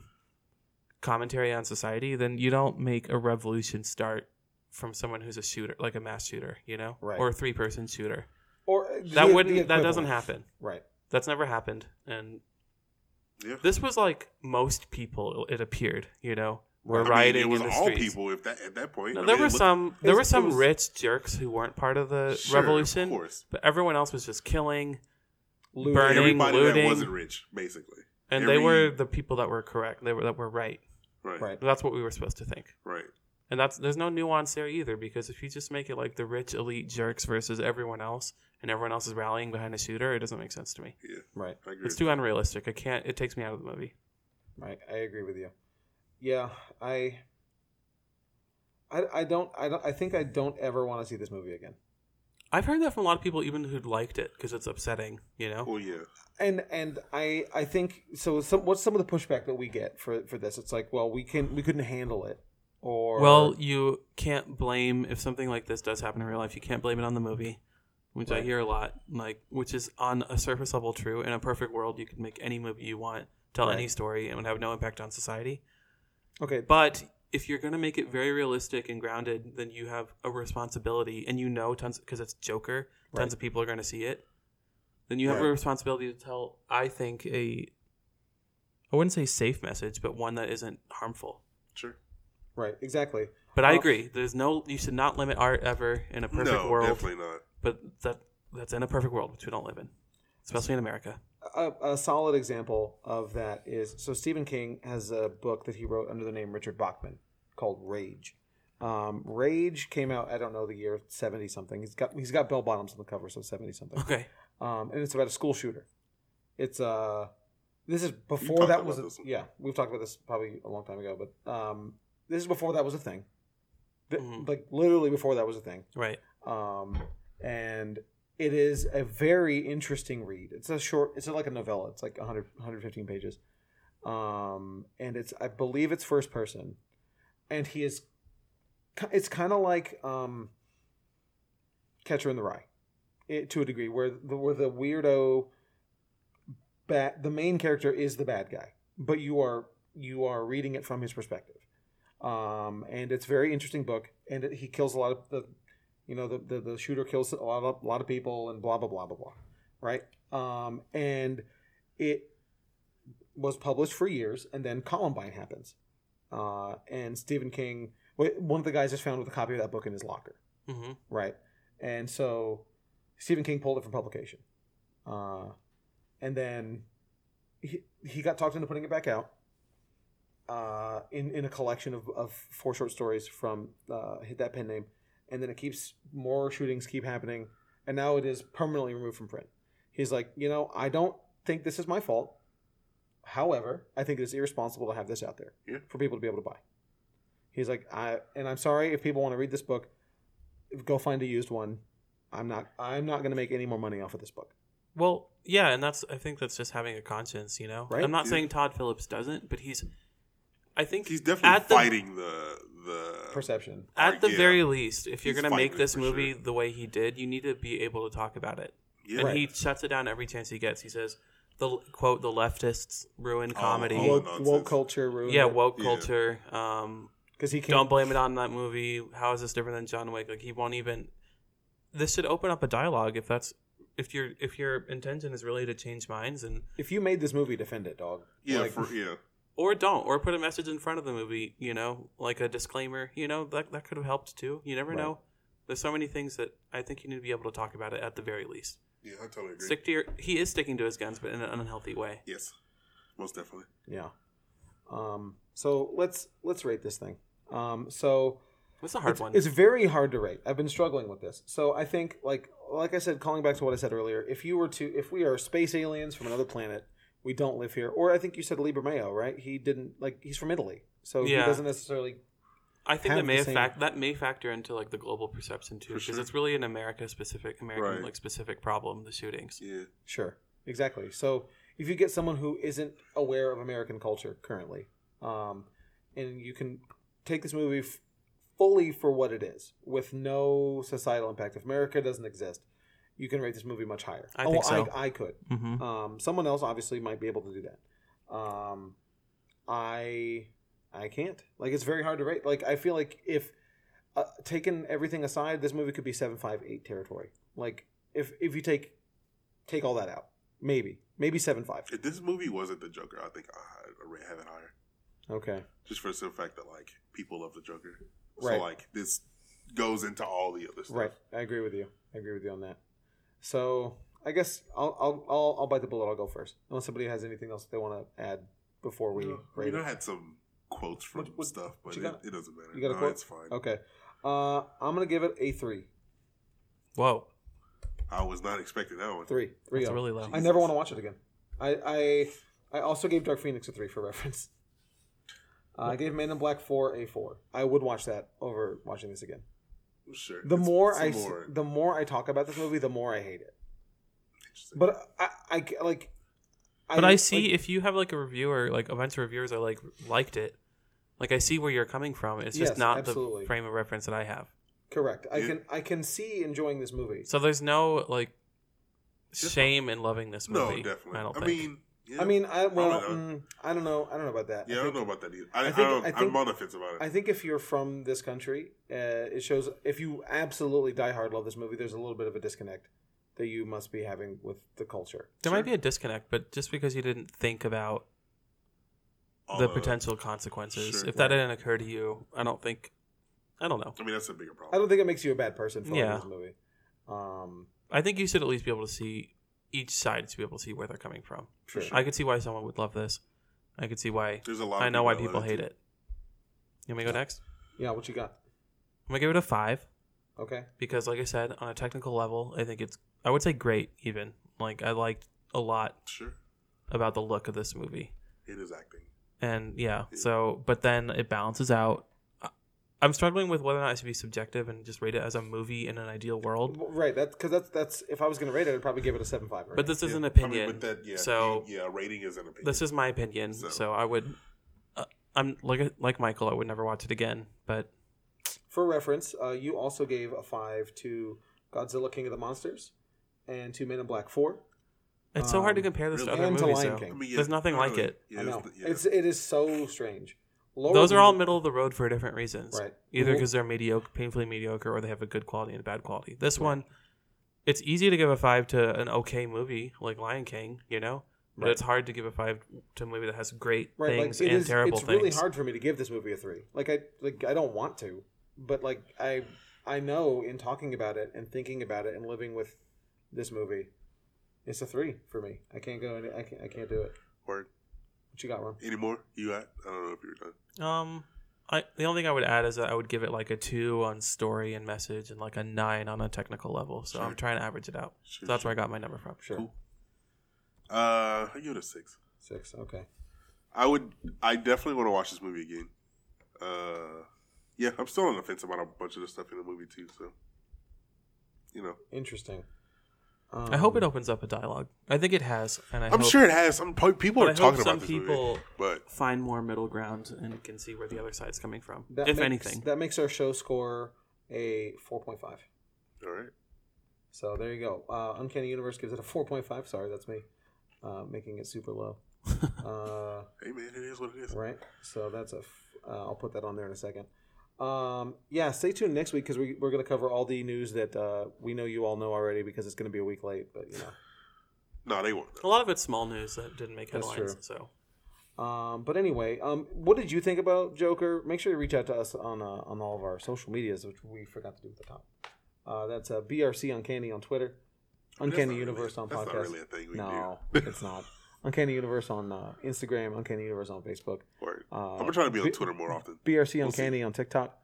Speaker 2: commentary on society, then you don't make a revolution start from someone who's a shooter, like a mass shooter, you know,
Speaker 1: Right.
Speaker 2: or a three person shooter.
Speaker 1: Or
Speaker 3: e-,
Speaker 2: That wouldn't. That doesn't happen.
Speaker 1: Right.
Speaker 2: That's never happened. And
Speaker 3: Yeah.
Speaker 2: this was like most people. It appeared, you know, were
Speaker 3: I mean,
Speaker 2: rioting
Speaker 3: it was
Speaker 2: in the
Speaker 3: all
Speaker 2: streets.
Speaker 3: people if that, at that point.
Speaker 2: No,
Speaker 3: I
Speaker 2: there
Speaker 3: mean,
Speaker 2: were
Speaker 3: it looked-
Speaker 2: some. There were
Speaker 1: it
Speaker 2: some
Speaker 1: was-
Speaker 2: rich jerks who weren't part of the
Speaker 3: Sure, of
Speaker 2: revolution,
Speaker 3: course.
Speaker 2: but everyone else was just killing,
Speaker 1: Looting.
Speaker 2: burning,
Speaker 3: Everybody
Speaker 2: looting,
Speaker 3: that wasn't rich, basically.
Speaker 2: and they
Speaker 3: Every-
Speaker 2: were the people that were correct. They were that were right.
Speaker 3: Right. Right.
Speaker 1: Right.
Speaker 2: That's what we were supposed to think. And that's there's no nuance there either because if you just make it like the rich elite jerks versus everyone else and everyone else is rallying behind a shooter, it doesn't make sense to me.
Speaker 3: Yeah.
Speaker 1: Right.
Speaker 3: I agree.
Speaker 2: It's too unrealistic. I can't. It takes me out of the movie.
Speaker 1: Right. I agree with you. Yeah. I. I, I don't I don't I think I don't ever want to see this movie again.
Speaker 2: I've heard that from a lot of people, even who'd liked it because it's upsetting. You know,
Speaker 3: Well, yeah.
Speaker 1: And and I I think so. Some what's some of the pushback that we get for for this? It's like, well, we can we couldn't handle it, or
Speaker 2: well, you can't blame if something like this does happen in real life. You can't blame it on the movie, which I
Speaker 1: Right.
Speaker 2: hear a lot. Like, which is on a surface level true. In a perfect world, you could make any movie you want, tell any
Speaker 1: Right.
Speaker 2: story, and it would have no impact on society.
Speaker 1: okay,
Speaker 2: But if you're going to make it very realistic and grounded, then you have a responsibility, and you know tons because it's Joker. Tons
Speaker 1: Right.
Speaker 2: of people are going to see it. Then you have
Speaker 1: Right.
Speaker 2: a responsibility to tell, I think, a I wouldn't say safe message, but one that isn't harmful.
Speaker 3: Sure.
Speaker 1: right, exactly.
Speaker 2: But I
Speaker 1: Uh,
Speaker 2: agree. There's no you should not limit art ever in a perfect
Speaker 3: no,
Speaker 2: world.
Speaker 3: definitely not.
Speaker 2: But that that's in a perfect world, which we don't live in, especially in America.
Speaker 1: a, a solid example of that is so Stephen King has a book that he wrote under the name Richard Bachman called Rage. Um, Rage came out I don't know the year seventy something. He's got he's got bell bottoms on the cover, so seventy something.
Speaker 2: Okay,
Speaker 1: Um, and it's about a school shooter. It's uh this is before
Speaker 3: talked
Speaker 1: that
Speaker 3: about
Speaker 1: was a,
Speaker 3: this one.
Speaker 1: yeah we've talked about this probably a long time ago, but um, this is before that was a thing. Th-
Speaker 3: Mm-hmm.
Speaker 2: Mhm.
Speaker 1: Like literally before that was a thing
Speaker 2: right.
Speaker 1: um, and it is a very interesting read. It's a short. It's like a novella. It's like 100, 115 pages, um, and it's I believe it's first person, and he is. ki- It's kind of like um, Catcher in the Rye, it, to a degree, where the, where the weirdo, bat the main character is the bad guy, but you are you are reading it from his perspective. Um, and it's a very interesting book, and it, he kills a lot of the you know the, the, the shooter kills a lot of a lot of people and blah blah blah blah blah right um, and it was published for years and then columbine happens uh, and stephen king wh- one of the guys is found with a copy of that book in his locker
Speaker 2: hmm
Speaker 1: right and so stephen king pulled it from publication uh, and then he, he got talked into putting it back out uh, in, in a collection of, of four short stories from uh, hit that pen name and then it keeps more shootings keep happening and now it is permanently removed from print he's like you know i don't think this is my fault however i think it is irresponsible to have this out there
Speaker 3: Yeah.
Speaker 1: for people to be able to buy he's like i and i'm sorry if people want to read this book go find a used one i'm not i'm not going to make any more money off of this book
Speaker 2: Well, yeah, and that's I think that's just having a conscience, you know.
Speaker 1: Right.
Speaker 2: I'm not
Speaker 3: Yeah.
Speaker 2: saying Todd Phillips doesn't, but he's I think
Speaker 3: He's definitely
Speaker 2: at the,
Speaker 3: fighting the the.
Speaker 1: perception
Speaker 2: At the
Speaker 3: Yeah.
Speaker 2: very least, if you're
Speaker 3: He's
Speaker 2: going to make
Speaker 3: fighting it
Speaker 2: this
Speaker 3: for
Speaker 2: movie
Speaker 3: sure.
Speaker 2: the way he did, you need to be able to talk about it.
Speaker 3: Yeah.
Speaker 2: And
Speaker 1: Right.
Speaker 2: he shuts it down every chance he gets. He says the quote the leftists ruin
Speaker 3: Oh,
Speaker 2: comedy.
Speaker 3: oh,
Speaker 1: woke,
Speaker 3: nonsense.
Speaker 1: woke culture ruined
Speaker 2: yeah, woke
Speaker 3: Yeah.
Speaker 2: culture. Um,
Speaker 1: because he
Speaker 2: don't
Speaker 1: can't
Speaker 2: blame it on that movie. How is this different than John Wick? Like he won't even. This should open up a dialogue if that's if your if your intention is really to change minds and
Speaker 1: if you made this movie defend it dog
Speaker 3: Yeah,
Speaker 1: Like,
Speaker 3: for, yeah.
Speaker 2: or don't or put a message in front of the movie you know like a disclaimer you know that, that could have helped too you never
Speaker 1: Right.
Speaker 2: know there's so many things that i think you need to be able to talk about it at the very least
Speaker 3: Yeah, I totally agree.
Speaker 2: stick to your he is sticking to his guns but in an unhealthy way
Speaker 3: Yes, most definitely.
Speaker 1: yeah um so let's let's rate this thing um so
Speaker 2: that's a hard
Speaker 1: it's,
Speaker 2: one
Speaker 1: It's very hard to rate. I've been struggling with this. So I think, like, like I said, calling back to what I said earlier, if you were to, if we are space aliens from another planet, we don't live here. Or I think you said Liber Mayo, right? He didn't like. He's from Italy, so he
Speaker 2: Yeah.
Speaker 1: doesn't necessarily.
Speaker 2: i think
Speaker 1: have
Speaker 2: that may
Speaker 1: the
Speaker 2: have
Speaker 1: same-
Speaker 2: fact that may factor into like the global perception too
Speaker 3: For
Speaker 2: because
Speaker 3: sure.
Speaker 2: it's really an america specific american
Speaker 3: Right.
Speaker 2: like specific problem the shootings
Speaker 3: Yeah,
Speaker 1: Sure, exactly. So if you get someone who isn't aware of American culture currently, um, and you can take this movie f- fully for what it is, with no societal impact. If America doesn't exist, you can rate this movie much higher. Oh,
Speaker 2: I think so.
Speaker 1: I, I could.
Speaker 2: mm-hmm.
Speaker 1: Um, someone else obviously might be able to do that. Um, I I can't. Like it's very hard to rate. Like I feel like if uh, taking everything aside, this movie could be seven five eight territory. Like if if you take take all that out, maybe maybe seven five.
Speaker 3: If this movie wasn't the Joker, I think I would have it higher.
Speaker 1: Okay.
Speaker 3: Just for the simple fact that like people love the Joker,
Speaker 1: Right.
Speaker 3: so like this goes into all the other stuff.
Speaker 1: Right. I agree with you. I agree with you on that. So I guess I'll I'll I'll, I'll bite the bullet. I'll go first, unless somebody has anything else they want to add before we
Speaker 3: No, I
Speaker 1: rate
Speaker 3: mean,
Speaker 1: it.
Speaker 3: I had some quotes from
Speaker 1: What- what-
Speaker 3: stuff, but
Speaker 1: you
Speaker 3: it,
Speaker 1: got?
Speaker 3: it doesn't matter.
Speaker 1: You got a
Speaker 3: no,
Speaker 1: quote?
Speaker 3: It's fine.
Speaker 1: Okay. Uh, I'm gonna give it a three,
Speaker 2: Whoa,
Speaker 3: I was not expecting that one.
Speaker 1: three, three.
Speaker 2: that's
Speaker 1: oh.
Speaker 2: really low.
Speaker 1: I never want to watch it again. I I, I also gave Dark Phoenix a three for reference. Uh, I gave Man in Black four a four. I would watch that over watching this again.
Speaker 3: Sure.
Speaker 1: The
Speaker 3: it's-
Speaker 1: more
Speaker 3: it's
Speaker 1: I s-
Speaker 3: more
Speaker 1: the more I talk about this movie, the more I hate it.
Speaker 3: interesting.
Speaker 1: But I, I like.
Speaker 2: But I, see
Speaker 1: like-
Speaker 2: if you have like a reviewer, like a bunch of reviewers are like liked it. Like I see where you're coming from. It's just
Speaker 1: Yes,
Speaker 2: not
Speaker 1: absolutely.
Speaker 2: the frame of reference that I have.
Speaker 1: correct. I
Speaker 3: Yeah.
Speaker 1: can I can see enjoying this movie.
Speaker 2: So there's no like
Speaker 3: Just-
Speaker 2: shame in loving this
Speaker 3: no,
Speaker 2: movie.
Speaker 3: definitely.
Speaker 2: I
Speaker 3: I,
Speaker 2: don't think.
Speaker 3: mean, yeah.
Speaker 1: I mean, I well,
Speaker 3: not.
Speaker 1: mm, I don't know. I don't know about that.
Speaker 3: yeah, I,
Speaker 1: I
Speaker 3: don't
Speaker 1: think,
Speaker 3: know about that either. I,
Speaker 1: I
Speaker 3: I,
Speaker 1: think-
Speaker 3: don't,
Speaker 1: I think-
Speaker 3: I'm on the fence about it.
Speaker 1: I think if you're from this country, uh, it shows. If you absolutely die hard love this movie, there's a little bit of a disconnect that you must be having with the culture.
Speaker 2: There
Speaker 3: Sure.
Speaker 2: might be a disconnect, but just because you didn't think about
Speaker 3: All
Speaker 2: the
Speaker 3: of it.
Speaker 2: potential consequences,
Speaker 3: sure.
Speaker 2: if that didn't occur to you, I don't think. I don't know.
Speaker 3: I mean, that's a bigger
Speaker 1: I
Speaker 3: problem.
Speaker 1: don't think it makes you a bad person for
Speaker 2: Yeah.
Speaker 1: this movie. Um,
Speaker 2: I think you should at least be able to see each side to be able to see where they're coming from.
Speaker 1: sure.
Speaker 3: sure.
Speaker 2: I could see why someone would love this. I could see why.
Speaker 3: There's a lot. Of
Speaker 2: I know why
Speaker 3: that
Speaker 2: people
Speaker 3: love
Speaker 2: hate it. You want me to go next?
Speaker 1: yeah, what you got?
Speaker 2: I'm gonna give it a five
Speaker 1: Okay.
Speaker 2: because, like I said, on a technical level, I think it's. I would say great. Even like I liked a lot
Speaker 3: Sure,
Speaker 2: about the look of this movie.
Speaker 3: it is acting.
Speaker 2: and yeah so but then it balances out I- i'm struggling with whether or not i should be subjective and just rate it as a movie in an ideal world
Speaker 1: Well, Right. That's because that's that's if I was going to rate it, I'd probably give it a seven five. Right
Speaker 2: but this is
Speaker 3: Yeah.
Speaker 2: an
Speaker 3: I
Speaker 2: opinion
Speaker 3: mean, with that, yeah,
Speaker 2: So-
Speaker 3: yeah, rating is an opinion.
Speaker 2: this is my opinion so,
Speaker 3: So-
Speaker 2: i would uh, i'm like like michael i would never watch it again but
Speaker 1: For reference, uh, you also gave a five to Godzilla King of the Monsters and to Men in Black Four.
Speaker 2: it's so hard to
Speaker 1: Um,
Speaker 2: compare this
Speaker 3: really?
Speaker 2: to other
Speaker 1: And to
Speaker 2: movies
Speaker 1: Lion
Speaker 2: though.
Speaker 1: King.
Speaker 3: I mean, yeah,
Speaker 2: There's nothing
Speaker 3: no,
Speaker 2: like it.
Speaker 1: I
Speaker 3: Yeah,
Speaker 1: know
Speaker 3: it's- yeah.
Speaker 1: it's it is so strange. Laura
Speaker 2: those are
Speaker 1: Linney-
Speaker 2: all middle of the road for different reasons
Speaker 1: Right.
Speaker 2: either because they're mediocre painfully mediocre or they have a good quality and a bad quality this one it's easy to give a five to an okay movie like lion king you know but
Speaker 1: Right.
Speaker 2: it's hard to give a five to a movie that has great
Speaker 1: right,
Speaker 2: things
Speaker 1: like, it
Speaker 2: and
Speaker 1: is-
Speaker 2: terrible
Speaker 1: It's
Speaker 2: things
Speaker 1: really hard for me to give this movie a three. Like I like I don't want to, but like I I know in talking about it and thinking about it and living with this movie, it's a three for me. I can't go. Any, I can't. I can't do it.
Speaker 3: Or
Speaker 1: What you got, Ron?
Speaker 3: anymore? You got? I don't know if you're done.
Speaker 2: um I, the only thing I would add is that I would give it like a two on story and message and like a nine on a technical level. So I'm
Speaker 3: Sure.
Speaker 2: trying to average it out.
Speaker 3: Sure,
Speaker 2: So that's
Speaker 3: sure.
Speaker 2: where I got my number from.
Speaker 1: Sure,
Speaker 3: Cool. Uh, I give it a six.
Speaker 1: six. Okay,
Speaker 3: I would. I definitely want to watch this movie again. Uh, yeah, I'm still on the fence about a bunch of the stuff in the movie too. So, you know,
Speaker 1: interesting. Um,
Speaker 2: I hope it opens up a dialogue. I think it has, and I
Speaker 3: I am
Speaker 2: hope
Speaker 3: sure it has. I'm probably, people
Speaker 2: but
Speaker 3: are
Speaker 2: I hope
Speaker 3: talking
Speaker 2: some
Speaker 3: about this
Speaker 2: people-
Speaker 3: movie, but
Speaker 2: find more middle ground and can see where the other side's coming from,
Speaker 1: that
Speaker 2: if
Speaker 1: makes-
Speaker 2: anything.
Speaker 1: that makes our show score a four point five.
Speaker 3: all right.
Speaker 1: So there you go. Uh, Uncanny Universe gives it a four point five. Sorry, that's me uh, making it super low. uh,
Speaker 3: Hey man, it is what it is.
Speaker 1: Right. So that's a. F- uh, I'll put that on there in a second. Um, yeah, stay tuned next week because we, we're going to cover all the news that uh, we know you all know already because it's going to be a week late. But you know.
Speaker 3: No, they won't.
Speaker 2: A lot of it's small news that didn't make
Speaker 1: That's
Speaker 2: headlines.
Speaker 1: true.
Speaker 2: So
Speaker 1: Um, but anyway, um, what did you think about Joker? Make sure you reach out to us on uh, on all of our social medias, which we forgot to do at the top. Uh, that's uh, BRC Uncanny on Twitter, Uncanny Universe on
Speaker 3: That's
Speaker 1: podcast.
Speaker 3: not really a thing we
Speaker 1: no, it's not. Uncanny Universe on uh, Instagram, Uncanny Universe on Facebook.
Speaker 3: do. Word.
Speaker 1: Uh,
Speaker 3: I'm gonna try to be on
Speaker 1: bi-
Speaker 3: Twitter more often.
Speaker 1: BRC
Speaker 3: We'll see.
Speaker 1: Uncanny on TikTok.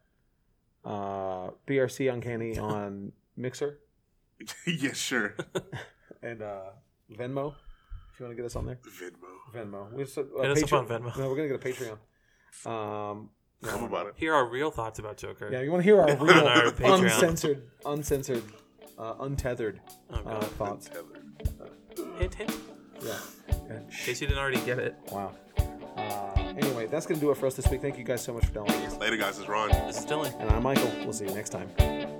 Speaker 1: Uh, BRC Uncanny on Mixer
Speaker 3: yeah, sure.
Speaker 1: and uh, Venmo. If you want to get us on there,
Speaker 3: Venmo.
Speaker 1: Venmo. We're so, uh,
Speaker 2: Hit us up on Venmo.
Speaker 1: No, we're gonna get a Patreon. Um,
Speaker 3: Come about it.
Speaker 2: here are real thoughts about Joker.
Speaker 1: yeah, you want to hear our real,
Speaker 2: On our Patreon.
Speaker 1: uncensored, uncensored, uh, untethered
Speaker 2: Oh
Speaker 1: uh,
Speaker 2: god.
Speaker 1: thoughts.
Speaker 3: Tethered.
Speaker 1: Uh,
Speaker 2: Hit him.
Speaker 1: Yeah.
Speaker 2: In case you didn't already get it.
Speaker 1: Wow. Uh, anyway, that's gonna do it for us this week. Thank you guys so much for downloading, us.
Speaker 3: Later, guys. It's Ron.
Speaker 2: This is Dylan.
Speaker 1: and I'm Michael. We'll see you next time.